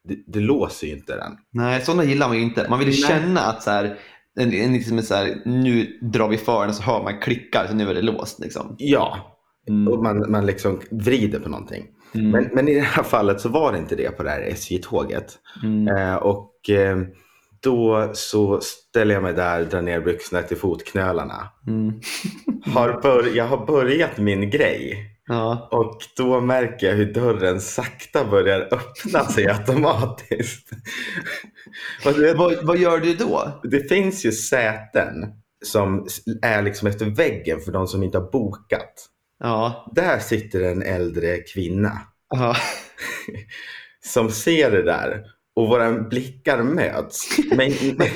Speaker 2: det, det låser ju inte den.
Speaker 1: Nej, sådana gillar man ju inte. Man vill ju
Speaker 2: Nej.
Speaker 1: känna att så här, en, en, liksom en så här, nu drar vi för den och så hör man klickar så nu är det låst. Liksom.
Speaker 2: Ja, och man, man liksom vrider på någonting. Men, men i det här fallet så var det inte det på det här SJ-tåget.
Speaker 1: Mm.
Speaker 2: Eh, och eh, då så ställer jag mig där, drar ner byxorna till fotknölarna.
Speaker 1: Mm.
Speaker 2: Har bör- jag har börjat min grej.
Speaker 1: Ja.
Speaker 2: Och då märker jag hur dörren sakta börjar öppna sig automatiskt. Och du vet,
Speaker 1: Vad, vad gör du då?
Speaker 2: det finns ju säten som är liksom efter väggen för de som inte har bokat.
Speaker 1: Ja.
Speaker 2: Där sitter en äldre kvinna
Speaker 1: Ja.
Speaker 2: som ser det där och våra blickar möts. Men,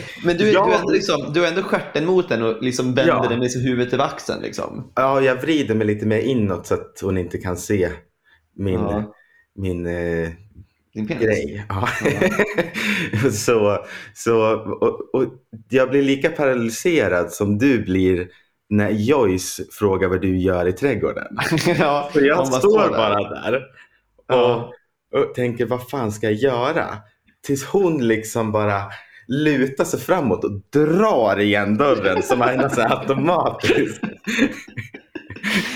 Speaker 1: Men du,
Speaker 2: jag,
Speaker 1: du, är ändå liksom, du är ändå stjärten mot den och liksom vänder
Speaker 2: Ja.
Speaker 1: den med sin huvud till axeln. Liksom.
Speaker 2: ja, jag vrider mig lite mer inåt så att hon inte kan se min,
Speaker 1: Ja.
Speaker 2: min eh,
Speaker 1: Din penis.
Speaker 2: grej. Ja. så, så, och, och jag blir lika paralyserad som du blir när Joyce frågar vad du gör i trädgården.
Speaker 1: ja,
Speaker 2: Så jag
Speaker 1: man
Speaker 2: står,
Speaker 1: där.
Speaker 2: bara där
Speaker 1: Ja.
Speaker 2: och, och tänker vad fan ska jag göra? Tills hon liksom bara lutar sig framåt och drar igen dörren som är nästan automatiskt.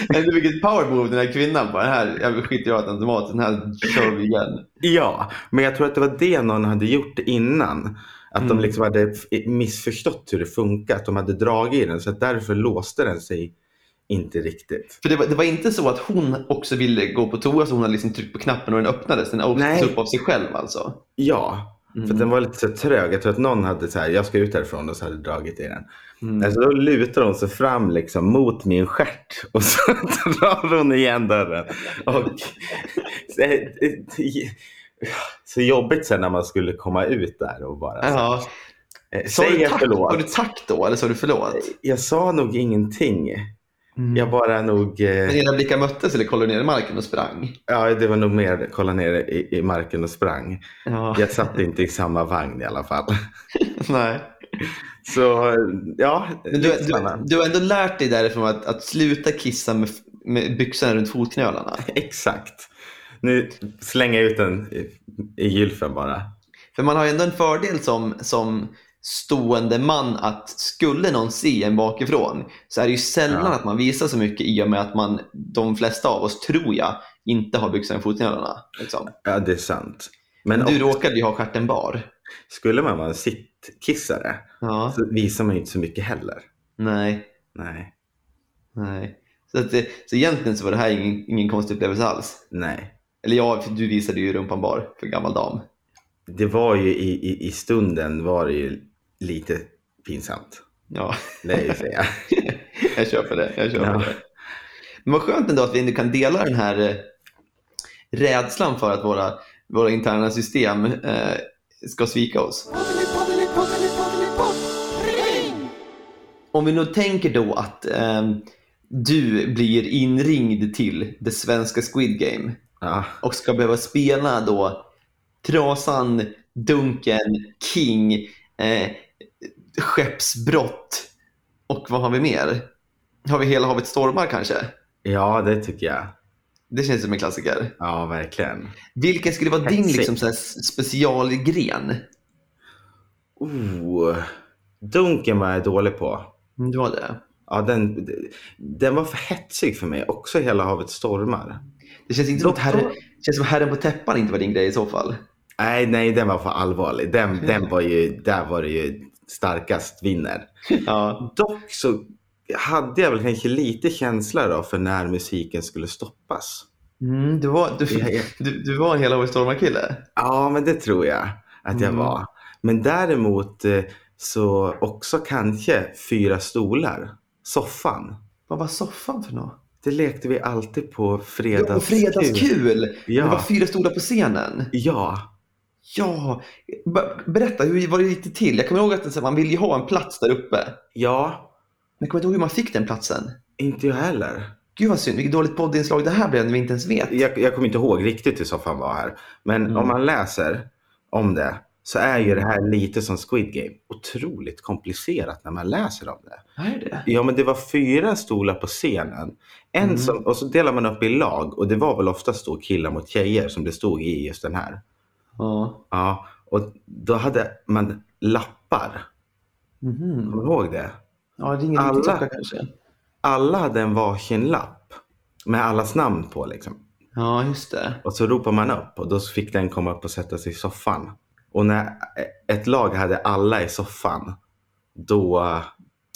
Speaker 1: Men du, vilket power move den här kvinnan bara. Här, jag skiter i att den mat, den här kör vi igen.
Speaker 2: Ja, men jag tror att det var det någon hade gjort innan. Att de liksom hade f- missförstått hur det funkar. Att de hade dragit i den så att därför låste den sig inte riktigt.
Speaker 1: För det var, det var inte så att hon också ville gå på toa så hon hade liksom tryckt på knappen och den öppnades. Den öppnades
Speaker 2: Nej.
Speaker 1: upp av sig själv alltså.
Speaker 2: Ja, för att den var lite så här trög. Jag tror att någon hade så här, jag ska ut härifrån och så hade dragit i den.
Speaker 1: Mm.
Speaker 2: Alltså, då lutar hon sig fram liksom mot min stjärt och så drar hon igen dörren. Och, så, eh, så jobbigt sen när man skulle komma ut där och bara så här,
Speaker 1: Ja.
Speaker 2: eh,
Speaker 1: Sa du
Speaker 2: säger
Speaker 1: tack-
Speaker 2: förlåt.
Speaker 1: Sa du tack då eller sa du förlåt?
Speaker 2: Jag sa nog ingenting. Jag bara nog...
Speaker 1: Mm. Men
Speaker 2: Eh,
Speaker 1: era blickar möttes eller kollade du ner i marken och sprang?
Speaker 2: ja, det var nog mer kolla ner i, i marken och sprang.
Speaker 1: Ja.
Speaker 2: Jag satt inte i samma vagn i alla fall.
Speaker 1: Nej.
Speaker 2: Så ja,
Speaker 1: Men du,
Speaker 2: lite
Speaker 1: du,
Speaker 2: spännande.
Speaker 1: du har ändå lärt dig därifrån att, att sluta kissa med, med byxorna runt fotknölarna.
Speaker 2: exakt. Nu slänger jag ut den i, i gylfen bara.
Speaker 1: För man har ju ändå en fördel som, som stående man att skulle någon se en bakifrån så är det ju sällan
Speaker 2: Ja.
Speaker 1: att man visar så mycket i och med att man, de flesta av oss, tror jag, inte har byxorna i fotknölarna. Liksom.
Speaker 2: Ja, det är sant. Men
Speaker 1: Du
Speaker 2: om,
Speaker 1: råkade ju ha stjärten bar.
Speaker 2: skulle man vara en sittkissare
Speaker 1: Ja.
Speaker 2: så visar man ju inte så mycket heller.
Speaker 1: Nej.
Speaker 2: Nej,
Speaker 1: Nej. Så, att det, så egentligen så var det här ingen, ingen konstig upplevelse alls.
Speaker 2: nej.
Speaker 1: Eller ja, för du visade ju rumpan bar för gammal dam.
Speaker 2: Det var ju i, i, i stunden var det ju lite pinsamt.
Speaker 1: Ja,
Speaker 2: Det är ju att säga.
Speaker 1: jag köper det. Jag köper
Speaker 2: Ja.
Speaker 1: det. Men vad skönt ändå att vi ändå kan dela den här eh, rädslan för att våra, våra interna system eh, ska svika oss. Om vi nu tänker då att eh, du blir inringd till det svenska Squid Game.
Speaker 2: Ja.
Speaker 1: och ska behöva spela då Trasan, Dunken, King, eh, Skeppsbrott och vad har vi mer? Har vi Hela havet stormar kanske?
Speaker 2: Ja, det tycker jag.
Speaker 1: Det känns som en klassiker.
Speaker 2: Ja, verkligen.
Speaker 1: Vilken skulle vara din
Speaker 2: Hetsigt.
Speaker 1: liksom, så här, specialgren?
Speaker 2: Oh, dunken var jag dålig på.
Speaker 1: Mm, Du har det.
Speaker 2: Ja, den, den var för hetsig för mig. Också Hela havet stormar.
Speaker 1: Det känns inte som att
Speaker 2: Doktor-
Speaker 1: herre, känns som Herren på täppan inte var din grej i så fall.
Speaker 2: Nej, nej, den var för allvarlig. Den, den var ju, där var det ju starkast vinner.
Speaker 1: Ja.
Speaker 2: Dock så hade jag väl kanske lite känsla då för när musiken skulle stoppas.
Speaker 1: Mm, du, var, du,
Speaker 2: Ja, ja.
Speaker 1: du, du var en Hela havet stormar-kille.
Speaker 2: Ja, men det tror jag att jag
Speaker 1: Mm.
Speaker 2: var. Men däremot eh, så också kanske Fyra stolar soffan.
Speaker 1: Vad var soffan för något?
Speaker 2: Det lekte vi alltid på
Speaker 1: Ja, och
Speaker 2: fredagskul.
Speaker 1: fredagskul!
Speaker 2: Ja.
Speaker 1: Det var fyra stolar på scenen.
Speaker 2: Ja,
Speaker 1: Ja, Be- berätta hur var det gick det till? Jag kommer ihåg att man ville ju ha en plats där uppe. Men
Speaker 2: ja,
Speaker 1: jag kommer inte ihåg hur man fick den platsen.
Speaker 2: inte jag heller.
Speaker 1: Gud vad synd, vilket dåligt poddinslag det här blev när vi inte ens vet.
Speaker 2: jag, jag kommer inte ihåg riktigt hur soffan var här. Men om man läser om det så är ju det här lite som Squid Game. Otroligt komplicerat när man läser om det.
Speaker 1: Vad är det?
Speaker 2: Ja, men det var fyra stolar på scenen. En som, och så delar man upp i lag och det var väl oftast då killar mot tjejer som det stod i just den här.
Speaker 1: Ja.
Speaker 2: Ja, och då hade man lappar.
Speaker 1: Mhm.
Speaker 2: Kommer du ihåg det?
Speaker 1: Ja, det är ingen
Speaker 2: Alla.
Speaker 1: riktig klocka kanske.
Speaker 2: Alla hade en varsin lapp med allas namn på liksom.
Speaker 1: Ja, just det.
Speaker 2: Och så ropar man upp och då fick den komma upp och sätta sig i soffan. Och när ett lag hade alla i soffan, då eh,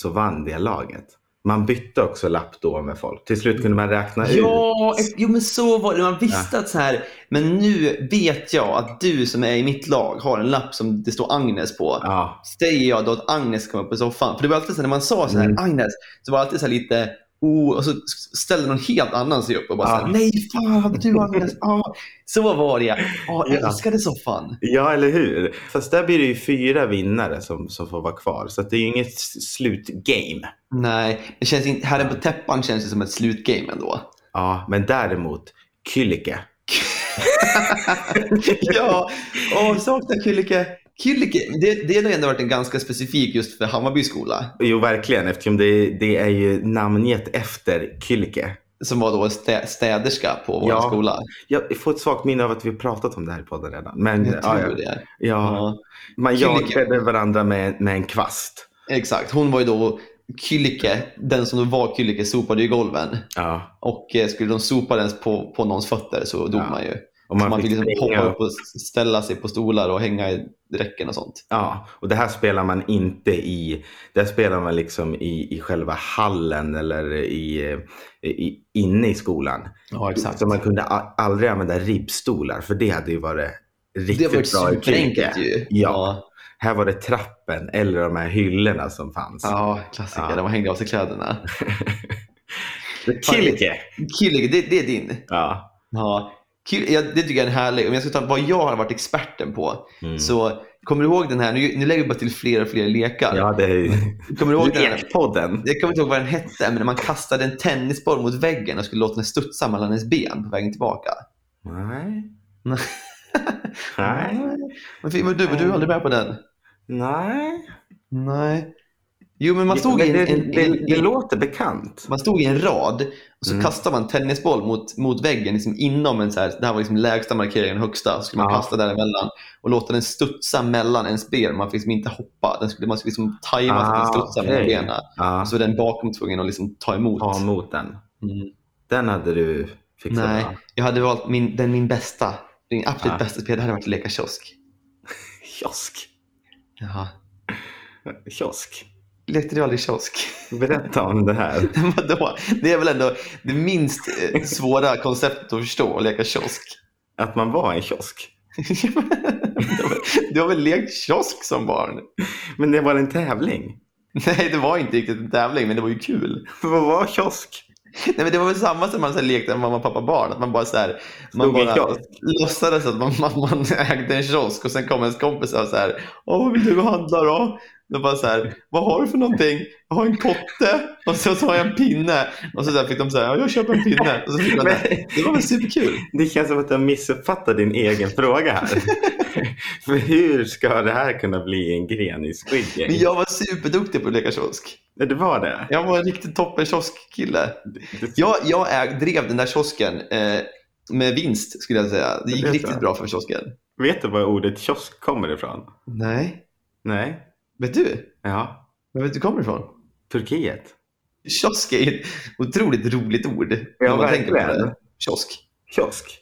Speaker 2: så vann det laget. Man bytte också lapp då med folk. Till slut kunde man räkna ut.
Speaker 1: Ja, ett- jo men så var det. Man visste att så här, men nu vet jag att du som är i mitt lag har en lapp som det står Agnes på.
Speaker 2: Ja,
Speaker 1: Säger jag då att Agnes kommer upp i soffan? För det var alltid så här, när man sa så här,
Speaker 2: Mm.
Speaker 1: Agnes, så var det alltid så här lite Oh, och så ställde någon helt annan sig upp och bara
Speaker 2: Ja.
Speaker 1: så här, nej fan vad du Agnes. Ah, så var det ja. Ah, jag
Speaker 2: Ja.
Speaker 1: älskade soffan.
Speaker 2: ja eller hur? Fast där blir det ju fyra vinnare som, som får vara kvar. Så att det är ju inget s- slutgame.
Speaker 1: Nej, det känns inte, herren på täppan känns ju som ett slutgame ändå.
Speaker 2: Ja, men däremot Kylike.
Speaker 1: Ja, och saknar Kylike. Kylike, det, det har ändå varit en ganska specifik just för Hammarby skola.
Speaker 2: Jo, verkligen. Eftersom det, det är ju namngett efter Kylike.
Speaker 1: Som var då stä, städerska på vår
Speaker 2: Ja.
Speaker 1: skola.
Speaker 2: Jag får ett svagt minne av att vi har pratat om det här i podden redan. Men,
Speaker 1: Jag tror
Speaker 2: ja, ja.
Speaker 1: det.
Speaker 2: Ja,
Speaker 1: Ja.
Speaker 2: man
Speaker 1: Kylike.
Speaker 2: jagade varandra med, med en kvast.
Speaker 1: Exakt, hon var ju då Kylike, den som då var Kylike sopade ju golven.
Speaker 2: Ja.
Speaker 1: Och eh, skulle de sopa den på, på någons fötter så dog
Speaker 2: Ja.
Speaker 1: man ju.
Speaker 2: Och man
Speaker 1: så man
Speaker 2: fick
Speaker 1: fick liksom
Speaker 2: springa
Speaker 1: hoppa
Speaker 2: upp.
Speaker 1: upp och s- ställa sig på stolar och hänga i räcken och sånt.
Speaker 2: ja, och det här spelar man inte i, det här spelar man liksom i, i själva hallen eller i, i, inne i skolan.
Speaker 1: Ja,
Speaker 2: Så man kunde a- aldrig använda ribbstolar för det hade ju varit
Speaker 1: Det
Speaker 2: riktigt
Speaker 1: var ju
Speaker 2: bra i
Speaker 1: superenkelt
Speaker 2: Kylike.
Speaker 1: ju.
Speaker 2: Ja. Här var det trappen eller de här hyllorna som fanns.
Speaker 1: Ja, klassiker.
Speaker 2: Ja.
Speaker 1: De hängde av sig kläderna.
Speaker 2: Kylike!
Speaker 1: Kylike, det, det är din.
Speaker 2: Ja.
Speaker 1: Ja, kul, ja, det tycker jag är en härlig. Om jag ska ta vad jag har varit experten på.
Speaker 2: Mm.
Speaker 1: Så kommer du ihåg den här? Nu, nu lägger vi bara till fler och fler lekar.
Speaker 2: Mm. ja, det är ju...
Speaker 1: Kommer du ihåg den? här?
Speaker 2: Lekpodden.
Speaker 1: Jag kommer inte ihåg vad den hette, men när man kastade en tennisboll mot väggen och skulle låta den studsa mellan ens ben på vägen tillbaka.
Speaker 2: Nej.
Speaker 1: Nej.
Speaker 2: Nej.
Speaker 1: Men fi- men du, var du aldrig med på den?
Speaker 2: Nej.
Speaker 1: Nej. Jo, men man stod i
Speaker 2: det,
Speaker 1: en,
Speaker 2: det,
Speaker 1: en,
Speaker 2: det,
Speaker 1: en,
Speaker 2: det
Speaker 1: en,
Speaker 2: låter bekant.
Speaker 1: man stod i en rad och så
Speaker 2: Mm.
Speaker 1: kastade man tennisboll mot, mot väggen liksom inom en så här, det här var liksom lägsta markeringen, högsta, så skulle man
Speaker 2: Ja.
Speaker 1: kasta däremellan och låta den studsa mellan ens ben. Man fick liksom inte hoppa, den skulle, man skulle liksom tajma så att den
Speaker 2: Ah,
Speaker 1: studsade
Speaker 2: okej.
Speaker 1: mellan benen.
Speaker 2: Ja,
Speaker 1: Och så var den bakom tvungen att liksom ta emot.
Speaker 2: ta emot den.
Speaker 1: Mm.
Speaker 2: Den hade du fixat
Speaker 1: Nej,
Speaker 2: va?
Speaker 1: jag hade valt min, den min bästa, min absolut
Speaker 2: Ja.
Speaker 1: bästa spel, det hade varit att leka kiosk.
Speaker 2: Kiosk.
Speaker 1: Jaha.
Speaker 2: Kiosk.
Speaker 1: Lekte du aldrig kiosk?
Speaker 2: Berätta om det här.
Speaker 1: Vadå? Det är väl ändå det minst eh, svåra konceptet att förstå, att leka kiosk.
Speaker 2: Att man var en kiosk.
Speaker 1: du, har väl, du har väl lekt kiosk som barn?
Speaker 2: Men det var en tävling.
Speaker 1: Nej, det var inte riktigt en tävling, men det var ju kul.
Speaker 2: Vad var kiosk?
Speaker 1: Nej, men det var väl samma som man så här lekte mamma, pappa, barn. Att man bara, så här, man
Speaker 2: Stod i
Speaker 1: bara
Speaker 2: kiosk.
Speaker 1: låtsades att man, man, man ägde en kiosk och sen kom ens kompis och så här, Åh, vad vill du handla då? Då bara så här, vad har du för någonting? Jag har en kotte och sen så har jag en pinne. Och så, där fick de så här, "Ja, jag köper en pinne. Och så fick man,
Speaker 2: Men-
Speaker 1: det. det var väl superkul.
Speaker 2: Det känns som att jag missuppfattar din egen fråga här. För hur ska det här kunna bli en gren i Squid Game?
Speaker 1: Men jag var superduktig på att leka kiosk.
Speaker 2: Ja, Det var det.
Speaker 1: Jag var en riktigt toppen kioskkille. Jag, jag äg, drev den där kiosken eh, med vinst skulle jag säga. Det gick
Speaker 2: Det vet
Speaker 1: riktigt
Speaker 2: jag.
Speaker 1: bra för kiosken.
Speaker 2: Vet du var ordet kiosk kommer ifrån?
Speaker 1: Nej.
Speaker 2: Nej.
Speaker 1: Vet du?
Speaker 2: Ja.
Speaker 1: Var vet du kommer ifrån?
Speaker 2: Turkiet.
Speaker 1: Kiosk är ju ett otroligt roligt ord. när
Speaker 2: Ja,
Speaker 1: man tänker på
Speaker 2: verkligen.
Speaker 1: det. Kiosk.
Speaker 2: Kiosk.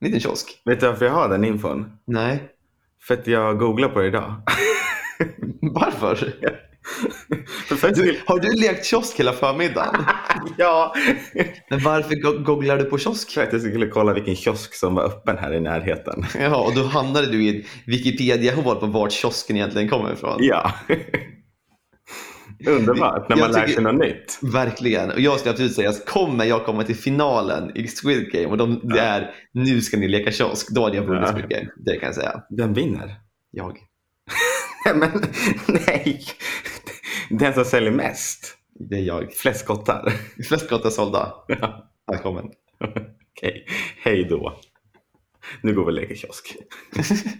Speaker 1: En liten kiosk.
Speaker 2: Vet du varför jag har den infon?
Speaker 1: Nej.
Speaker 2: För att jag googlar på det idag.
Speaker 1: Varför?
Speaker 2: För först
Speaker 1: Du, har du lekt kiosk hela förmiddagen?
Speaker 2: ja.
Speaker 1: Men varför go- googlar du på kiosk?
Speaker 2: För att jag skulle kolla vilken kiosk som var öppen här i närheten.
Speaker 1: Ja, och då hamnade du i ett Wikipedia-hål på vart kiosken egentligen kommer ifrån.
Speaker 2: Ja. Underbart, när man
Speaker 1: Jag
Speaker 2: lär
Speaker 1: tycker-
Speaker 2: sig något nytt.
Speaker 1: Verkligen. Och jag skulle absolut säga, så kommer jag komma till finalen i Squid Game och de, det är nu ska ni leka kiosk, då hade jag vunnit
Speaker 2: Ja.
Speaker 1: Squid Game. Det kan jag säga.
Speaker 2: Vem vinner?
Speaker 1: Jag.
Speaker 2: Nej, men nej. Den som säljer mest.
Speaker 1: Det är jag.
Speaker 2: Flest kottar.
Speaker 1: Flest gott är sålda. Välkommen.
Speaker 2: Okej, hej då. Nu går vi och leker kiosk.
Speaker 3: Poddeli,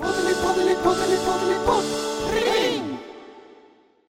Speaker 3: poddeli, poddeli, poddeli, podd.